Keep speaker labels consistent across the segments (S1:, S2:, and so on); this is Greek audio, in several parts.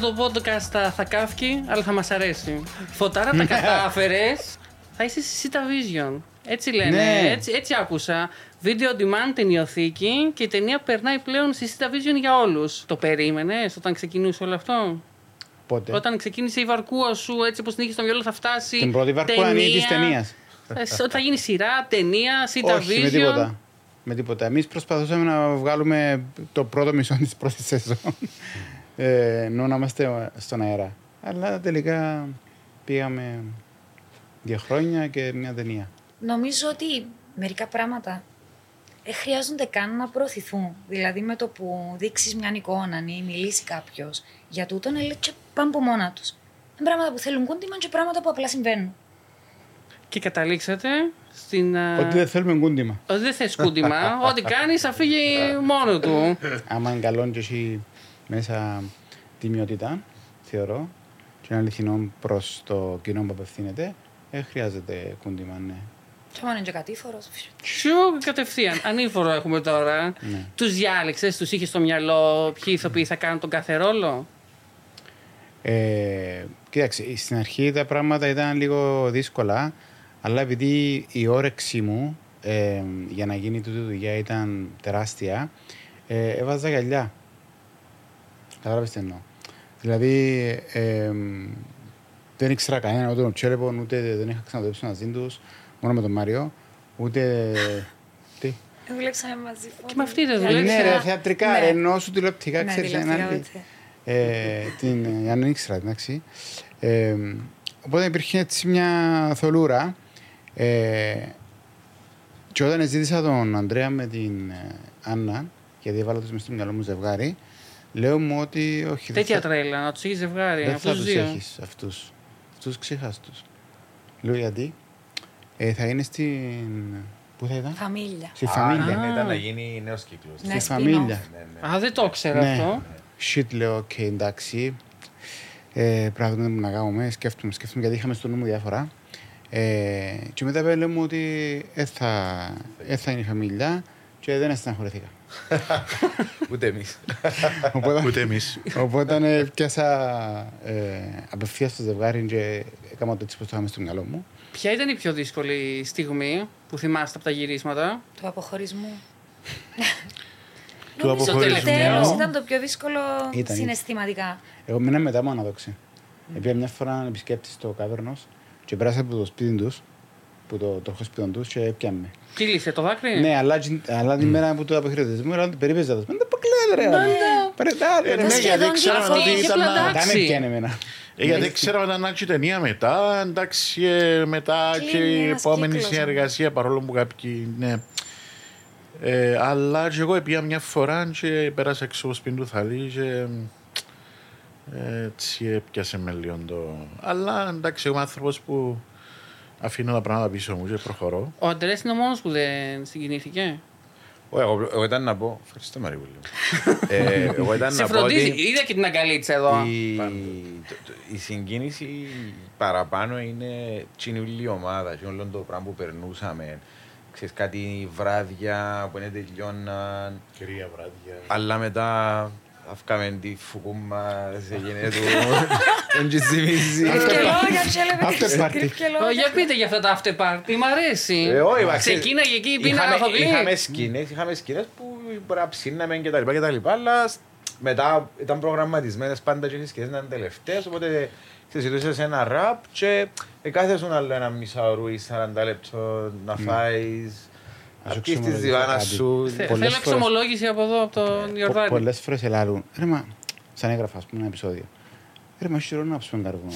S1: το podcast θα, θα κάφκει, αλλά θα μας αρέσει. Φωτάρα τα κατάφερες. Θα είσαι στη Sita Vision. Έτσι λένε,
S2: Ναι.
S1: έτσι, έτσι άκουσα. Video on demand ταινιοθήκη και η ταινία περνάει πλέον στη Sita Vision για όλους. Το περίμενες όταν ξεκινούσε όλο αυτό.
S2: Πότε.
S1: Όταν ξεκίνησε η βαρκούα σου, έτσι όπω την είχε στο μυαλό, θα φτάσει.
S2: Την πρώτη βαρκούα είναι της ταινίας.
S1: Ε, σ- Ότι θα γίνει σειρά, ταινία, Sita
S2: Όχι, με
S1: Vision.
S2: τίποτα. Με τίποτα. Εμείς προσπαθούσαμε να βγάλουμε το πρώτο μισό της πρώτης σεζόν. Ε, ενώ να είμαστε στον αέρα. Αλλά τελικά πήγαμε δύο χρόνια και μια ταινία.
S3: Νομίζω ότι μερικά πράγματα δεν χρειάζονται καν να προωθηθούν. Δηλαδή, με το που δείξεις μια εικόνα ή μιλήσει κάποιος για τούτο, να λέει και πάνε από μόνα τους. Είναι πράγματα που θέλουν κούντιμα και πράγματα που απλά συμβαίνουν.
S1: Και καταλήξατε στην. α,
S2: Ότι δεν θέλουμε κούντιμα.
S1: Ότι δεν θες κούντιμα. Ό,τι κάνεις θα φύγει μόνο του.
S2: Άμα είναι καλό και έχει μέσα τιμιότητα, θεωρώ, και είναι αληθινό προς το κοινό που απευθύνεται, ε, χρειάζεται κούντιμα, ναι.
S3: Και μόνο είναι και κατήφορος.
S1: Τσου κατευθείαν. Ανήφορο έχουμε τώρα.
S2: Ναι.
S1: Τους διάλεξες, τους είχες στο μυαλό ποιοι ηθοποιοί θα κάνουν τον κάθε ρόλο.
S2: Ε, κοίταξε, στην αρχή τα πράγματα ήταν λίγο δύσκολα, αλλά επειδή η όρεξή μου ε, για να γίνει τούτη δουλειά ήταν τεράστια, ε, έβαζα γυαλιά. Κατάλαβες τι εννοώ. Δηλαδή, ε, δεν ήξερα κανέναν ούτε τον Τσέλεπον, ούτε δεν είχα ξαναδέψει μαζί του, μόνο με τον Μάριο, ούτε. τι.
S3: Δουλέψαμε μαζί.
S1: με αυτή δεν
S3: Και
S1: δουλέψα.
S2: Ναι,
S3: αλήθεια-
S2: ρε, θεατρικά,
S3: Ναι.
S2: ρε, ενώ σου τηλεοπτικά,
S3: Ναι,
S2: ξέρεις,
S3: τηλεοπτικά,
S2: ένα-
S3: ούτε.
S2: ε, την ε, αν ήξερα, εντάξει. Ε, οπότε υπήρχε έτσι μια θολούρα. Ε, και όταν ζήτησα τον Ανδρέα με την ε, Άννα, γιατί έβαλα τους μες στο μυαλό μου ζευγάρι, λέω μου ότι όχι. δεν
S1: Τέτοια
S2: θα-
S1: τρέλα, να τους έχεις ζευγάρι.
S2: δεν
S1: αυτούς
S2: θα
S1: τους
S2: τους
S1: δύο.
S2: έχεις αυτούς. Αυτούς ξεχάστους. Λέω γιατί. Ε, θα είναι στην... Πού θα ήταν?
S3: Φαμίλια.
S2: Στη
S1: ναι,
S2: φαμίλια.
S1: ναι.
S4: Ναι, ήταν να γίνει νέος κύκλος.
S3: Ναι,
S2: Στη φαμίλια.
S3: spin-off.
S4: ναι.
S1: Α, δεν το ήξερα
S2: Ναι.
S1: αυτό.
S2: Shit, λέω, οκ, εντάξει. Ε, πράγματα που να κάνουμε, σκέφτομαι, σκέφτομαι, γιατί είχαμε στο νου μου διάφορα. Ε, και μετά πέρα λέμε ότι ε, θα, ε, θα είναι η φαμίλια και δεν στεναχωρηθήκα.
S4: Ούτε εμείς.
S2: Οπότε,
S5: Ούτε εμείς.
S2: οπότε ε, πιάσα ε, απευθείας στο ζευγάρι και έκανα το έτσι πως το είχαμε στο μυαλό μου.
S1: Ποια ήταν η πιο δύσκολη στιγμή που θυμάστε από τα γυρίσματα.
S3: Του αποχωρισμού.
S5: Του
S3: Νομίζω ότι
S5: αποχωρισμού.
S3: Το τέλος ήταν το πιο δύσκολο
S2: Ήταν.
S3: συναισθηματικά.
S2: Εγώ μείνα μετά μου αναδόξη. Επειδή μια φορά επισκέπτη στο καβέρνος και πέρασα από το σπίτι τους, που το τροχό σπίτι τους και έπιαμε.
S1: Κύλησε το δάκρυ.
S2: Ναι, αλλά, αλλά την μέρα που το αποχαιρετισμό μου, αλλά περίπεζα το σπίτι. Δεν πακλέδε ρε.
S1: Ε,
S2: Περετάρε ρε.
S5: Ναι,
S3: σχεδόν
S5: γιατί ξέραμε
S3: κυκλοφορεί,
S5: ότι
S3: είχε
S5: ήταν. να-
S1: πλαντάξει.
S2: Τα με πιάνε εμένα.
S5: Ε, Γιατί ξέραμε να ανάξει η ταινία μετά, εντάξει, ε, μετά
S3: Κλείνει
S5: και η
S3: ένας
S5: επόμενη
S3: κύκλος. ναι.
S5: συνεργασία παρόλο που κάποιοι. Ναι. Ε, αλλά και εγώ πήγα μια φορά και πέρασα έξω από σπίτι του Θαλή και ε, έτσι έπιασε με λίγο το... Αλλά εντάξει, είμαι άνθρωπος που αφήνω τα πράγματα πίσω μου και προχωρώ.
S1: Ο Αντρέ είναι ο μόνος που δεν συγκινήθηκε.
S4: Ω, Εγώ εγώ ήταν να πω. Ευχαριστώ, Μαρή Βουλή. Ε, Εγώ ήταν
S1: Σε
S4: να πω
S1: φροντίζει.
S4: ότι
S1: Είδα και την αγκαλίτσα εδώ.
S4: η- το- το- η συγκίνηση παραπάνω είναι την όλη η ομάδα και όλο το πράγμα που περνούσαμε. Ξέρεις κάτι βράδια που είναι τελειώναν,
S5: Κυρία βράδια.
S4: αλλά μετά αφκάμε τη φουκούμα σε γενέτου. Δεν της θυμίζει.
S3: Κρυφ και λόγια,
S2: After
S3: τσέλεβε.
S2: party.
S3: Κρυφ και
S1: Ω,
S3: λόγια.
S1: Ε, Για πείτε για αυτά τα after party, μ' αρέσει.
S4: Ε, όχι, μα, ξέρεις,
S1: Ξεκίναγε εκεί, πήνα
S4: είχαμε,
S1: καθοκλή.
S4: είχαμε σκηνές, είχαμε σκηνές που μπορεί να ψήναμε και τα λοιπά και τα λοιπά, αλλά σ- μετά ήταν προγραμματισμένες πάντα και οι σκηνές ήταν τελευταίες, οπότε συζητούσες ένα ραπ και ε, εκάθεσουν άλλο ένα μισάωρο ή 40 λεπτό να φάεις,
S2: Να σου
S4: να πεις τη
S2: ξεμολογήσω
S4: ζιβάνα
S2: κάτι.
S4: σου.
S1: Θε-
S2: Πολλές
S1: Θέλω
S2: φορές-
S1: εξομολόγηση από εδώ, από
S2: Ε,
S1: τον Ιορδάνη.
S2: Πολλές φορές ελάρουν. Ρε μα, σαν έγραφα, ας πούμε, ένα επεισόδιο. Ρε μα, χειρό να ψούμε καρβό.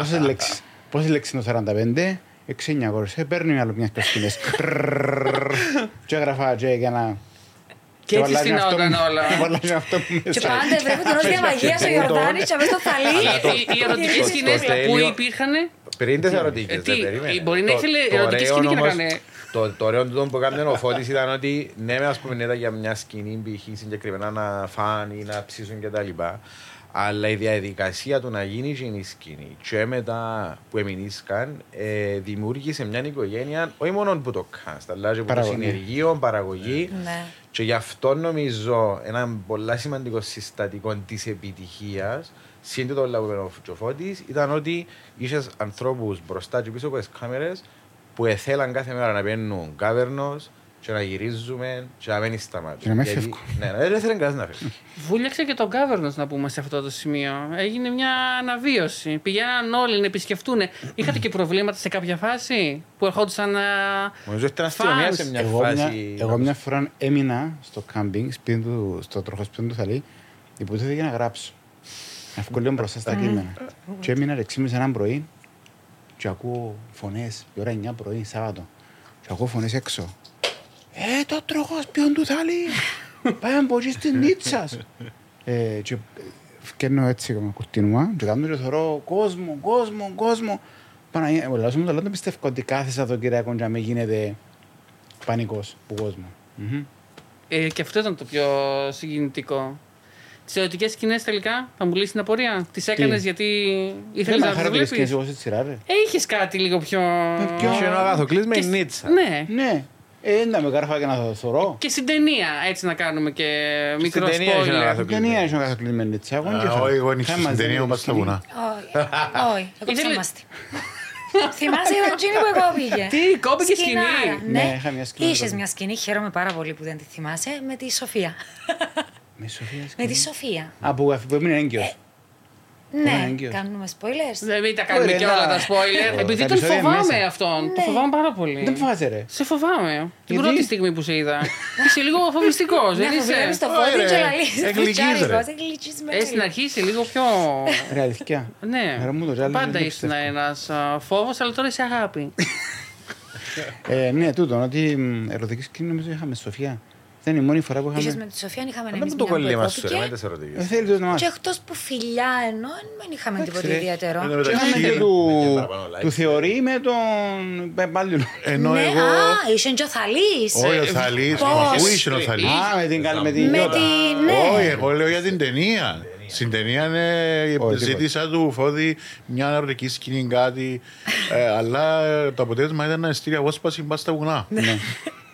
S2: Πόσε λέξει. Πόσε λέξει είναι το 45, 6-9 κορσέ, παίρνει άλλο μια κοσκινέ. Και έγραφα, και για να.
S1: Και έτσι στείνονταν όλα.
S2: Βαλάζει αυτό που
S3: Και
S2: μέσα.
S3: πάντα βρέπει τον όρκο διαμαγεία στο
S4: Και τούτο.
S3: Ιορδάνη, και αμέσω το θαλί.
S4: Αλλά το-
S1: Οι- Ε, Οι ερωτικέ
S4: το-
S1: σκηνέ
S4: το
S1: που
S4: τέλειο-
S1: υπήρχαν.
S4: Πριν τις
S1: Ε,
S4: ερωτικές,
S1: τι,
S4: δεν περίμενε.
S1: μπορεί να
S4: Το-
S1: ήθελε
S4: το
S1: ερωτική
S4: ωραίο
S1: σκηνή και να
S4: όμως-
S1: κάνει.
S4: Το, το ωραίο του που έκανε ο Φώτης ήταν ότι ναι, με ας πούμε, ήταν για μια σκηνή, π.χ. συγκεκριμένα να φάνε ή να ψήσουν κτλ. Αλλά η διαδικασία του να γίνει γίνει σκηνή και μετά που εμεινήσκαν ε, δημιούργησε μια οικογένεια όχι μόνο που το cast αλλά και που το
S2: Παραγωγή.
S4: συνεργείο, παραγωγή
S3: Ναι.
S4: και γι' αυτό νομίζω ένα πολύ σημαντικό συστατικό της επιτυχίας σύντομα το λαμπερό Φωτής ήταν ότι είχες ανθρώπους μπροστά και πίσω από τις κάμερες που εθέλαν κάθε μέρα να παίρνουν κάβερνο και να γυρίζουμε και να μένει στα μάτια.
S2: Και να μην
S4: Γιατί-
S2: φεύγω.
S4: Ναι, ναι, δεν ήθελε κανένας να φεύγει.
S1: Βούλιαξε και τον Governance να πούμε σε αυτό το σημείο. Έγινε μια αναβίωση. Πηγαίναν όλοι να επισκεφτούν. Είχατε και προβλήματα σε κάποια φάση που ερχόντουσαν να.
S4: Νομίζω ότι ήταν αστυνομία
S1: Φάους.
S4: σε μια
S2: Εγώ μια,
S4: φάση.
S2: εγώ μια φορά έμεινα στο κάμπινγκ, σπίτι του, στο τροχοσπίτι του Θαλή, υποτίθεται για να γράψω. Να φύγω λίγο μπροστά στα κείμενα. και έμεινα ρε, ξύμιζα έναν πρωί και ακούω φωνές, η ώρα 9 πρωί, Σάββατο. Και ακούω φωνές έξω. «Ε, το τροχοσπίτι του Θαλή! Πάμε από εκεί στην Νίτσα! ε, και φκαίνω έτσι με κουρτίνουμα και κάνω και θωρώ κόσμο, κόσμο, κόσμο. Παναγία, ο λαός μου το λέω, δεν πιστεύω ότι κάθε Σαββατοκύριακο για να μην γίνεται Πανικός που κόσμο. Μμμ.
S1: Ε, και αυτό ήταν το πιο συγκινητικό. Τις ερωτικές σκηνές τελικά θα μου λύσεις την απορία. Τις έκανες γιατί ήθελες
S2: Θέλει να
S1: να τι
S2: χαρακτηρίσει και
S1: βλέπει.
S2: εγώ στη σειρά, ρε.
S1: Ε, είχες κάτι λίγο πιο.
S2: ποιο?
S4: Είχε ένα αγαθοκλής με
S1: Και-
S4: νίτσα.
S1: Ναι.
S2: Ναι, ε, να με κάρφα και να το θωρώ.
S1: Και στην ταινία, έτσι να κάνουμε και μικρό
S4: στην ταινία είχε ένα
S1: spoiler.
S4: το
S2: Δεν είναι ο κάθε κλεισμένο έτσι. Εγώ
S5: Α, Όχι, εγώ είναι στην ταινία μου πας στα βουνά.
S3: Όχι. Όχι. Εγώ
S1: Ήθελε-
S3: ψαμάστη. Θυμάσαι η Ραντζίνη που εγώ πήγε.
S1: Τι, κόπηκε σκηνή.
S3: Σκηνάρα,
S2: Ναι, είχα μια σκηνή.
S3: Είχες μια σκηνή, χαίρομαι πάρα πολύ που δεν τη θυμάσαι, με τη Σοφία.
S2: Με Σοφία
S3: με τη
S2: σκηνή.
S3: Σοφία.
S2: Από αυτή που έμεινε έγκυος.
S3: Ναι,
S2: έγκυος.
S3: κάνουμε spoilers.
S1: Δεν μην τα κάνουμε
S2: Ωραία,
S1: και όλα
S2: να-
S1: τα spoiler.
S2: Ωραία,
S1: Επειδή
S2: τα
S1: τον
S2: επεισόδια
S1: φοβάμαι
S2: μέσα.
S1: αυτόν. Το
S3: Ναι.
S1: φοβάμαι πάρα πολύ.
S2: Δεν φοβάσαι, ρε.
S1: Σε φοβάμαι. Την
S2: Γιατί?
S1: πρώτη στιγμή που σε είδα. Είσαι λίγο φοβιστικός.
S3: Να
S1: Δεν
S3: φοβερεύεις
S1: είσαι.
S3: το
S5: Ωραία.
S3: φώτι και λαλείς.
S5: Εγκλυκείς,
S3: Φουτσάρικος,
S5: ρε.
S1: Ε, στην
S3: εγκλυκισμένος.
S1: αρχή είσαι λίγο πιο.
S2: Ρε, αλήθεια.
S1: Ναι,
S2: Ρε, μου το ζάλιζε,
S1: πάντα
S2: δεν
S1: ήσουν
S2: πιστεύω.
S1: ένας φόβος, αλλά τώρα είσαι αγάπη.
S2: Ε, Ναι, τούτο, ότι μ, ερωτική σκηνή νομίζω είχαμε στη Σοφία. Δεν είναι η μόνη φορά που
S3: Είχες
S2: είχαμε.
S3: με τη Σοφία, είχαμε
S4: Αλλά
S3: εμείς
S4: με το
S3: μια
S4: κολλή
S3: που
S4: μας σου, ρε, με
S3: εκόθηκε.
S4: τις ερωτικές.
S2: Ε, Θέλεις το να
S3: Και
S2: μάθει.
S3: εκτός που φιλιά ενώ, δεν είχαμε
S2: Εντάξει,
S3: τίποτα
S2: ρε.
S3: ιδιαίτερο.
S5: Ε, Εν τω μεταξύ,
S2: Είχαμε και
S5: Θέλει-
S2: του-
S4: παραπάνω like.
S2: του θεωρεί με τον Πάλι.
S5: Ενώ
S3: ναι,
S5: εγώ...
S3: α, είσαι και ο Θαλής.
S5: Όχι, ο Θαλής. μα Πού είσαι ο Θαλής.
S2: Α, με την καλή με την
S3: Με
S2: Γιώτα.
S3: τη... Ναι.
S5: Όχι, εγώ λέω για την ταινία. Στην ταινία ε,
S2: τίποτα.
S5: ζήτησα του φώδη μια ερωτική σκηνή, κάτι. ε, αλλά ε, το αποτέλεσμα ήταν να στείλει απόσπαση μπα στα βουνά.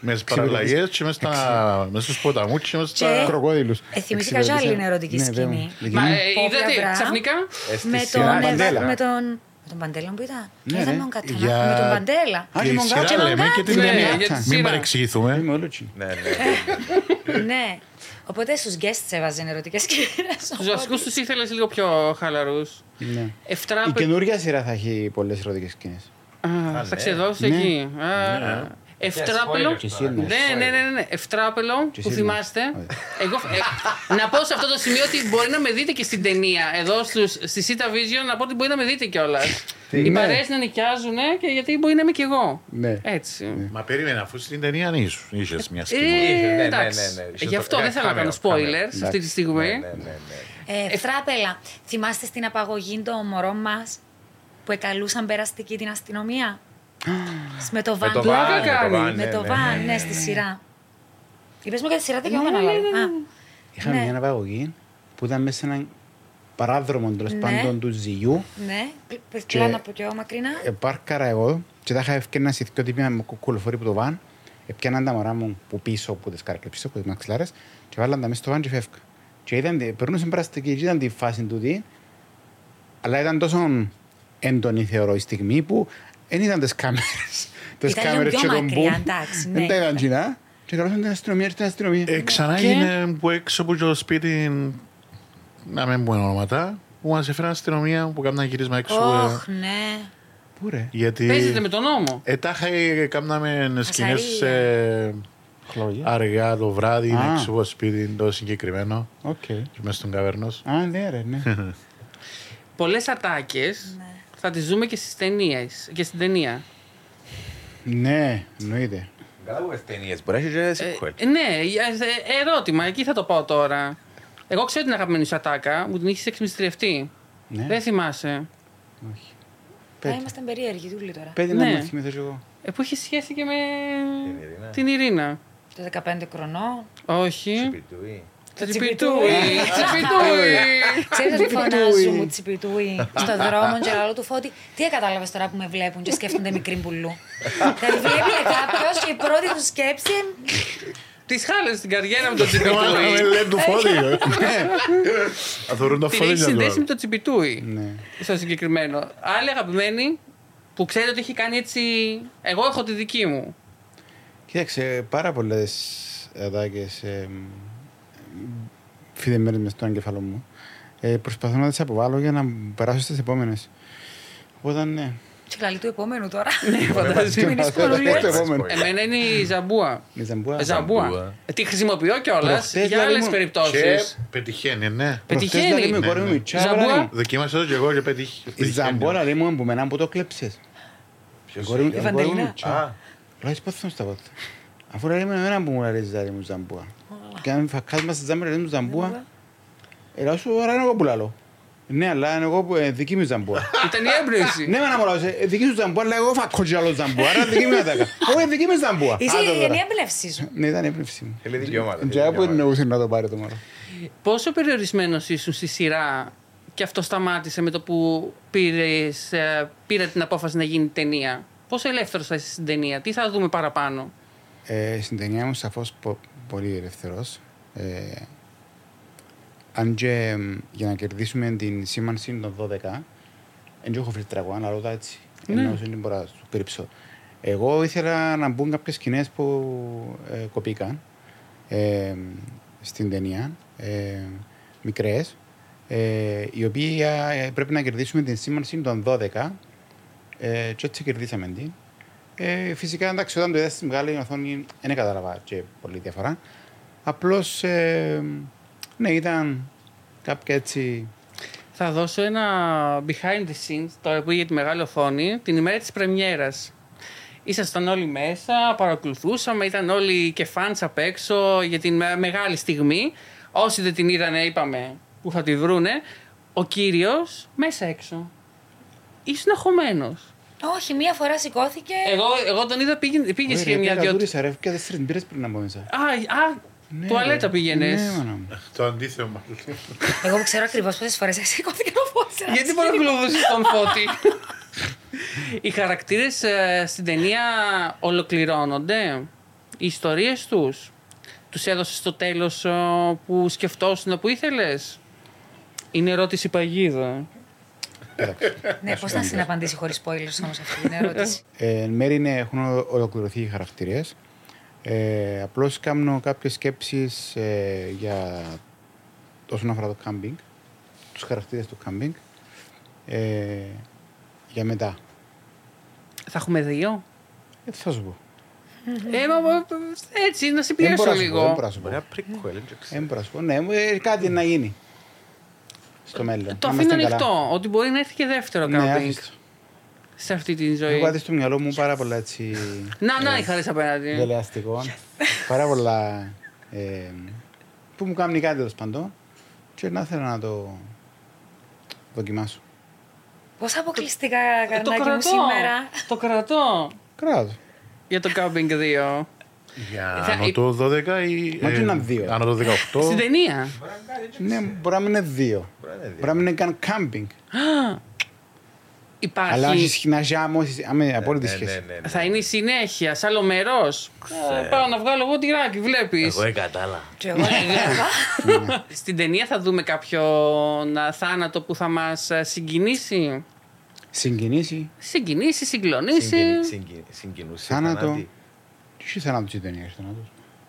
S5: Με παραλλαγές και μέσα στους ποταμούς και μέσα στα
S3: Και-
S2: Κροκόδιλους.
S3: Ε, θυμήθηκα
S2: Εξυπηρετήσα-
S3: άλλη είναι ερωτική
S2: Ναι,
S3: σκηνή.
S2: βέβαια μου. Δική
S1: Μα
S2: μου.
S1: ε,
S3: Φόβια
S1: είδατε
S3: βρά.
S1: ξαφνικά.
S4: Ε, στη
S3: με
S4: σειρά.
S3: τον
S2: Παντέλα.
S3: Εβα- με τον. Με τον Παντέλα που ήταν.
S2: Ναι,
S3: Ναι, ήταν
S2: ρε.
S3: με τον Κατανά.
S5: Για-
S3: Με τον Παντέλα.
S2: Α,
S5: Και η
S2: και
S5: σειρά
S2: Μαγκάτσα.
S5: λέμε και την
S2: Ναι,
S5: ταινία.
S2: για τη
S5: Μην
S1: σειρά.
S5: παρεξηγηθούμε.
S2: Είμαι ολούτσι.
S4: Ναι, ναι.
S3: ναι. Οπότε στους guests έβαζε ερωτικές σκηνές.
S1: Στους βασικούς τους ήθελες λίγο πιο χαλαρούς.
S2: Ναι. Η
S1: Ευτράπε.
S2: καινούργια σειρά θα έχει πολλές ερωτικές σκηνές.
S1: Α, Θα
S4: Α, ναι.
S1: ξεδώσει
S2: Ναι.
S1: εκεί. Α, Ευτράπελο.
S4: spoilers
S2: Και
S4: τώρα.
S2: εσύ
S1: Ναι, ναι, ναι, ναι, ναι. Ευτράπελο
S2: Και
S1: που
S2: εσύ,
S1: θυμάστε.
S2: ναι.
S1: Εγώ, ε, να πω σε αυτό το σημείο ότι μπορεί να με δείτε και στην ταινία. Εδώ στους, στη Sita Vision να πω ότι μπορεί να με δείτε κιόλας. Οι
S2: ναι.
S1: παρέες να νοικιάζουν και γιατί μπορεί να είμαι κι εγώ.
S2: Ναι.
S3: Ε,
S1: Έτσι.
S5: Μα περίμενα, αφού στην ταινία είσαι μια σκηνή.
S4: ναι, ναι,
S1: Ε,
S4: ναι,
S1: εντάξει.
S4: ναι, ναι.
S1: Γι' αυτό δεν θέλω να κάνω
S4: Cameo, cameo.
S1: spoilers αυτή τη στιγμή.
S4: Ναι, ναι, ναι, ναι.
S3: Ε, Φράπελα, θυμάστε στην απαγωγή των μωρών μας που εκαλούσαν περαστική την αστυνομία. με το
S4: Με
S3: βαν.
S4: το
S1: Πλάκα
S4: βαν, με το
S1: κάνει.
S4: βαν,
S3: Με
S4: ναι,
S3: το
S4: ναι.
S3: βαν, ναι, στη σειρά. Είπες μου και τη σειρά δικαιώμενα, αλλά. Α,
S2: Είχαμε
S3: Ναι.
S2: μια αναπαγωγή που ήταν μέσα σε έναν παράδρομο τέλος
S3: Ναι.
S2: πάντων του ζυγιού.
S3: Ναι, παιδιά να πω και εγώ μακρινά.
S2: Ε, Πάρκαρα εγώ και τα είχα ευκαιρία να σηκώ ότι μια κουκουλοφορή από το βαν. Επιάναν τα μωρά μου που πίσω από τις καρκλέψεις, από τις μαξιλάρες και βάλαν τα μέσα στο βαν και φεύγα. Και ήταν, περνούσαν πραστική και ήταν τη φάση τούτη. Αλλά ήταν τόσο έντονη θεωρώ η στιγμή που δεν ήταν τις κάμερες. Τις
S3: Ήταν λίγο
S2: κάμερες
S3: πιο
S2: και τον
S3: μακριά,
S2: boom.
S3: εντάξει, ναι.
S2: Δεν τα είδαν κοινά. Και καλούσαν την αστυνομία, ήρθε η αστυνομία.
S5: Ε, Ξανά
S1: Και-
S5: έγινε που έξω από το σπίτι, να μην πούμε ονόματα, που μας έφεραν αστυνομία που κάνουν γυρίσμα έξω. ε,
S3: Ωχ, ναι.
S2: Πού ρε.
S5: Γιατί...
S1: Παίζεται με τον νόμο.
S5: Ε, τάχα ε, κάμναμε σκηνές
S3: Ασαρία.
S5: ε,
S2: Χλόγια.
S5: αργά το βράδυ,
S2: Α.
S5: έξω από το σπίτι το συγκεκριμένο
S2: Οκ.
S5: και μέσα στον καβερνός.
S2: Α, ναι, ρε, ναι.
S1: Πολλές ατάκες θα τις δούμε και στις ταινίες. Και στην ταινία.
S2: ναι, εννοείται.
S4: Καλά που είπες ταινίες, μπορεί να έχεις και sequel.
S1: Ε, ναι, ε, ε, ερώτημα, εκεί θα το πάω τώρα. Εγώ ξέρω την αγαπημένη σου ατάκα, μου την έχεις εξμυστριευτεί.
S2: Ναι.
S1: Δεν θυμάσαι.
S2: Όχι.
S3: Θα
S2: Πέτει.
S3: ήμασταν περίεργοι τούλοι τώρα.
S2: Πέτει
S1: Ναι.
S2: να μου θυμηθώ κι εγώ.
S1: Ε, που έχει σχέση και με
S4: Την Ειρήνα.
S1: την Ειρήνα.
S3: Το 15 χρονών.
S1: Όχι.
S4: Σιπιτούι.
S1: Τσιπιτούι. Ε, Τσιπιτούι.
S3: Ξέρετε τι φωνάζουν μου τσιπιτούι στον δρόμο και άλλο του φώτη. Τι κατάλαβε τώρα που με βλέπουν και σκέφτονται μικρή μπουλού. Δεν βλέπει κάποιος και η πρώτη του σκέψη.
S1: Τις χάλες στην καριέρα με Ε, το
S5: Με
S1: τσιπιτούι.
S5: Ε, λέει του φώτη. ε. Ναι. Αθωρούν το
S1: Την
S5: φώτη
S1: έχεις
S5: για το
S1: συνδέσει με το τσιπιτούι.
S2: Ναι.
S1: Στο συγκεκριμένο. Άλλη αγαπημένη που ξέρετε ότι έχει κάνει έτσι. Εγώ έχω τη δική μου.
S2: Κοίταξε, πάρα πολλές ατάκε ε, φιδεμένες μες στον εγκεφαλό μου. Ε, προσπαθώ να τις αποβάλω για να περάσω στις επόμενες. Οπότε ναι.
S3: Τσιγκλαλή του επόμενου τώρα.
S1: Φαντάζομαι.
S3: Είναι σχολείο.
S2: Το επόμενο.
S1: Εμένα είναι η ζαμπούα.
S2: Η Ε, Ζαμπούα.
S5: Ε,
S1: Ζαμπούα. Ε,
S4: ζαμπούα.
S1: Τη χρησιμοποιώ κιόλας
S2: Προχτές,
S1: για άλλε
S2: δηλαδή, μου-
S1: περιπτώσεις.
S5: Και πετυχαίνει, ναι.
S2: Προχτές,
S1: Πετυχαίνει.
S2: δηλαδή, με
S5: Ναι,
S2: κόρη μου,
S5: ναι.
S2: η Τσάβρα,
S1: Ζαμπούα.
S2: λέει,
S5: Δοκίμασε το και εγώ και πετύχει.
S2: Η Ζαμπούρα λέει μου που μένα που το κλέψες. Η κόρη μου- η κόρη
S3: Η
S2: μου,
S3: Βαντελίνα.
S2: η Τσάβρα. Λάζει πώς θα στα πάθω. Αφού λέει με εμένα που μου αρέσει δηλαδή μου ζαμπούα. Και αν φακάς μας στη ζάμπρα λέει μου ζαμπούα. Ε, λέω σου, άρα είναι εγώ που λαλώ. Ναι, αλλά είναι εγώ που ε, δική μου ζαμπούα.
S1: Ήταν η έμπνευση.
S2: Ναι, μάνα μου λαλούσε, «Ε, δική σου ζαμπούα, αλλά εγώ φακώ και άλλο ζαμπούα, άρα δική μου ατάκα. Όχι, δική μου ζαμπούα.
S3: Είσαι
S2: Άντε
S3: η
S2: τώρα.
S3: γενιά εμπνεύση σου.
S2: Ναι, ήταν έμπνευση μου.
S4: Θέλει δικαιώματα.
S2: Και από εννοούσε να το πάρει το μωρό.
S1: Πόσο περιορισμένος ήσουν στη σειρά και αυτό σταμάτησε με το που πήρες, ε, πήρε την απόφαση να γίνει ταινία. Πόσο ελεύθερος θα είσαι στην ταινία, τι θα δούμε παραπάνω.
S2: Ε, στην ταινία μου σαφώς πολύ ελεύθερο. Ε, αν και εμ, για να κερδίσουμε την σήμανση των 12, δεν έχω φέρει τραγούδα, αλλά έτσι.
S1: Ναι.
S2: Ενώ δεν μπορώ να σου κρύψω. Εγώ ήθελα να μπουν κάποιες σκηνές που ε, κοπήκαν ε, στην ταινία, ε, μικρές, ε, οι οποίοι ε, πρέπει να κερδίσουμε την σήμανση των 12 ε, και έτσι κερδίσαμε την. Ε, φυσικά εντάξει, όταν το είδα στη μεγάλη οθόνη δεν κατάλαβα και πολύ διαφορά. Απλώς ε, ναι, ήταν κάποια έτσι.
S1: Θα δώσω ένα behind the scenes τώρα που είχε τη μεγάλη οθόνη την ημέρα της πρεμιέρας. Ήσασταν όλοι μέσα, παρακολουθούσαμε, ήταν όλοι και fans απ' έξω για την με- μεγάλη στιγμή. Όσοι δεν την είδανε είπαμε που θα τη βρούνε. Ο κύριος μέσα έξω. Ήσουν αγχωμένος.
S3: Όχι, μία φορά σηκώθηκε.
S1: Εγώ, εγώ τον είδα πήγε, πήγες
S2: Ε. Ωραία,
S1: και μια
S2: πήγα
S1: δυο...
S2: τούρισα, ρε, πήγα τέσσερις μπύρες πριν να μπω μέσα.
S1: Α, α
S2: Ναι,
S1: τουαλέτα
S2: ρε.
S1: πήγαινες.
S2: Ναι, μάνα μου.
S5: Το αντίθετο μάλλον.
S3: Εγώ που ξέρω ακριβώς πόσες φορές σηκώθηκε να φω.
S1: Γιατί παρακολουθούσες τον Φώτη. Οι χαρακτήρες ε, στην ταινία ολοκληρώνονται. Οι ιστορίες τους. Τους έδωσες στο τέλος ε, που σκεφτόσουν που ήθελες. Είναι ερώτηση παγίδα.
S3: Ναι, πώς να συναπαντήσει χωρίς spoilers όμως αυτή την ερώτηση.
S2: Ε, εν μέρει ναι, έχουν ολο- ολοκληρωθεί οι χαρακτήρες. Ε, Απλώς κάνω κάποιες σκέψεις ε, για όσον αφορά το κάμπινγκ, τους χαρακτήρες του κάμπινγκ. Ε, για μετά.
S1: Θα έχουμε δύο.
S2: Ε, τι θα σου πω.
S1: ε, μα, μα, έτσι, να σε
S2: Δεν μπορώ
S1: πιέσω
S2: να σου πω, δεν μπορώ
S1: λίγο.
S2: να σου πω.
S4: Μπορεί να prequel, δεν ξέρω.
S2: Δεν μπορώ να σου πω. Ναι, ε, κάτι να γίνει. Στο μέλλον.
S1: Το
S2: Να
S1: αφήνω
S2: είμαστε καλά.
S1: ανοιχτό. Ότι μπορεί να έρθει και δεύτερο
S2: Ναι,
S1: κάμπινγκ
S2: άφησε το.
S1: σε αυτή τη ζωή.
S2: Έχω κάτι στο μυαλό μου πάρα πολλά έτσι.
S1: Να,
S2: Ναι.
S1: να, οι χαρές απέναντι.
S2: δελεαστικών. Πάρα πολλά. ε, που μου κάνει κάτι τέλος πάντων. Και να θέλω να το δοκιμάσω.
S3: Πώ αποκλειστικά
S1: Ε, Το
S3: καρνάκι μου
S1: κρατώ.
S3: σήμερα.
S1: Το κρατώ.
S2: Κράτο.
S1: Για το κάμπινγκ 2.
S5: Για
S1: Ε, Θα-
S5: άνω το 12 ή.
S2: Μα τι
S5: ε,
S2: να δύο.
S5: Άνω το 18.
S1: Στην ταινία.
S2: Ναι, μπορεί να μην είναι δύο.
S4: Μπορεί να είναι δύο.
S2: Μπορεί να μην είναι καν κάμπινγκ. Αλλά όχι
S1: Υπάρχει.
S2: συχνά ζάμο, άμε απόλυτη
S4: Ναι, ναι,
S2: σχέση.
S4: ναι, ναι.
S1: Θα είναι η συνέχεια, σε άλλο μέρο. Πάω να βγάλω εγώ τη ράκη, βλέπεις.
S4: Εγώ εκατάλαβα.
S3: Και εγώ
S1: Ναι, Στην ταινία θα δούμε κάποιον α, θάνατο που θα μας συγκινήσει.
S2: Συγκινήσει.
S1: Συγκινήσει, συγκλονίσει.
S4: Συγκινη- συγκινη- Συγκινούσε.
S2: Θάνατο.
S4: θανάτη.
S2: Τι είσαι θάνατο η ταινία, έχει θάνατο.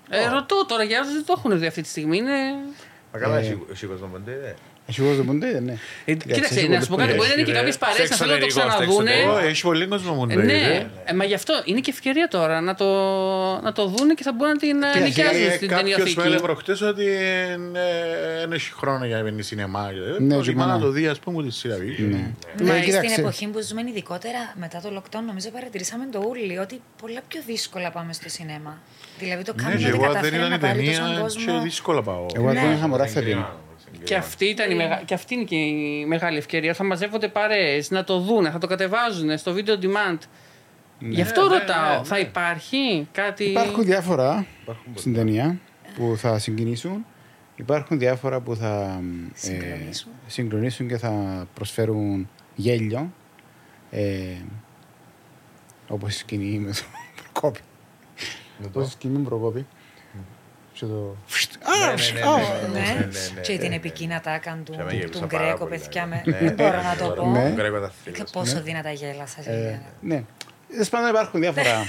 S1: Ε, ρωτώ τώρα για όσους δεν το έχουν δει αυτή τη στιγμή. Είναι...
S4: Μα καλά,
S2: Ε.
S4: εσύ- εσύ κοσμοποντέ, ρε.
S2: Έχει εγώ δεν ποτέ, ναι.
S1: Ε, κοίταξε, να σου πω κάτι. Μπορεί να είναι και κάποιες παρέες, να θέλουν να το ξαναδούνε.
S5: Ω, Έχει πολύ κόσμο μου.
S1: Ε,
S5: λέει,
S1: ναι,
S5: ρε.
S1: ε, μα γι' αυτό είναι και ευκαιρία τώρα να το, να το δούνε και θα μπορούν να την ε,
S2: Κοίτα,
S1: νοικιάσουν
S5: Ε,
S1: στην
S5: Κάποιος
S1: ταινιοθήκη.
S5: μου έλεγε προχτές ότι δεν έχει χρόνο για να βγαίνει σινεμά. Ε,
S2: Ναι, και
S5: Προτιμά να
S2: εμένα.
S5: το δει, ας πούμε, τη σειρά. Ναι.
S4: Ε,
S3: Ναι, στην εποχή που ζούμε ειδικότερα μετά το lockdown, νομίζω παρατηρήσαμε το ούλι ότι πολλά πιο δύσκολα πάμε στο σινέμα. Δηλαδή το
S5: Ναι, και
S3: κάνουμε
S5: εγώ
S3: δεν
S5: αν δεν
S3: καταφέρει
S5: ήταν
S3: να
S5: η
S3: πάρει τόσον
S5: ταινία, και
S3: κόσμο.
S5: δύσκολα πάω.
S2: Εγώ
S3: Ναι.
S2: δεν είχα μωρά θα πει.
S1: Και αυτή, ήταν η μεγα... και αυτή είναι και η μεγάλη ευκαιρία. Θα μαζεύονται παρέες, να το δούνε, θα το κατεβάζουν στο video demand.
S5: Ναι.
S1: Γι'
S3: Ναι,
S1: αυτό ρωτάω, θα υπάρχει κάτι.
S2: Υπάρχουν διάφορα
S4: Υπάρχουν
S2: στην ταινία που θα συγκινήσουν. Υπάρχουν διάφορα που θα ε,
S3: Συγκλονίσουν.
S2: συγκλονίσουν και θα προσφέρουν γέλιο. Ε, όπως η σκηνή με τον Προκόπη.
S4: Με το-
S2: Όπως η σκηνή με τον Προκόπη. Και το...
S4: Ναι, ναι, ναι, ναι, ναι, ναι, ναι,
S3: Ναι,
S4: ναι,
S3: και
S4: ναι,
S3: την
S4: ναι.
S3: επικίνα τάκαν του,
S4: Και με γέλουσα
S3: του
S4: πάρα
S3: Γκρέκο,
S4: πολύ.
S3: παιδιά, με-
S4: Ναι,
S3: δεν μπορώ να το
S4: ναι,
S3: πω.
S4: ναι,
S2: Ναι.
S4: τον Γκρέκο τα θρύλωσα.
S3: Πόσο δυνατά γέλασα.
S2: Ε,
S3: γενικά.
S2: ναι. Τέλος πάντων υπάρχουν διάφορα...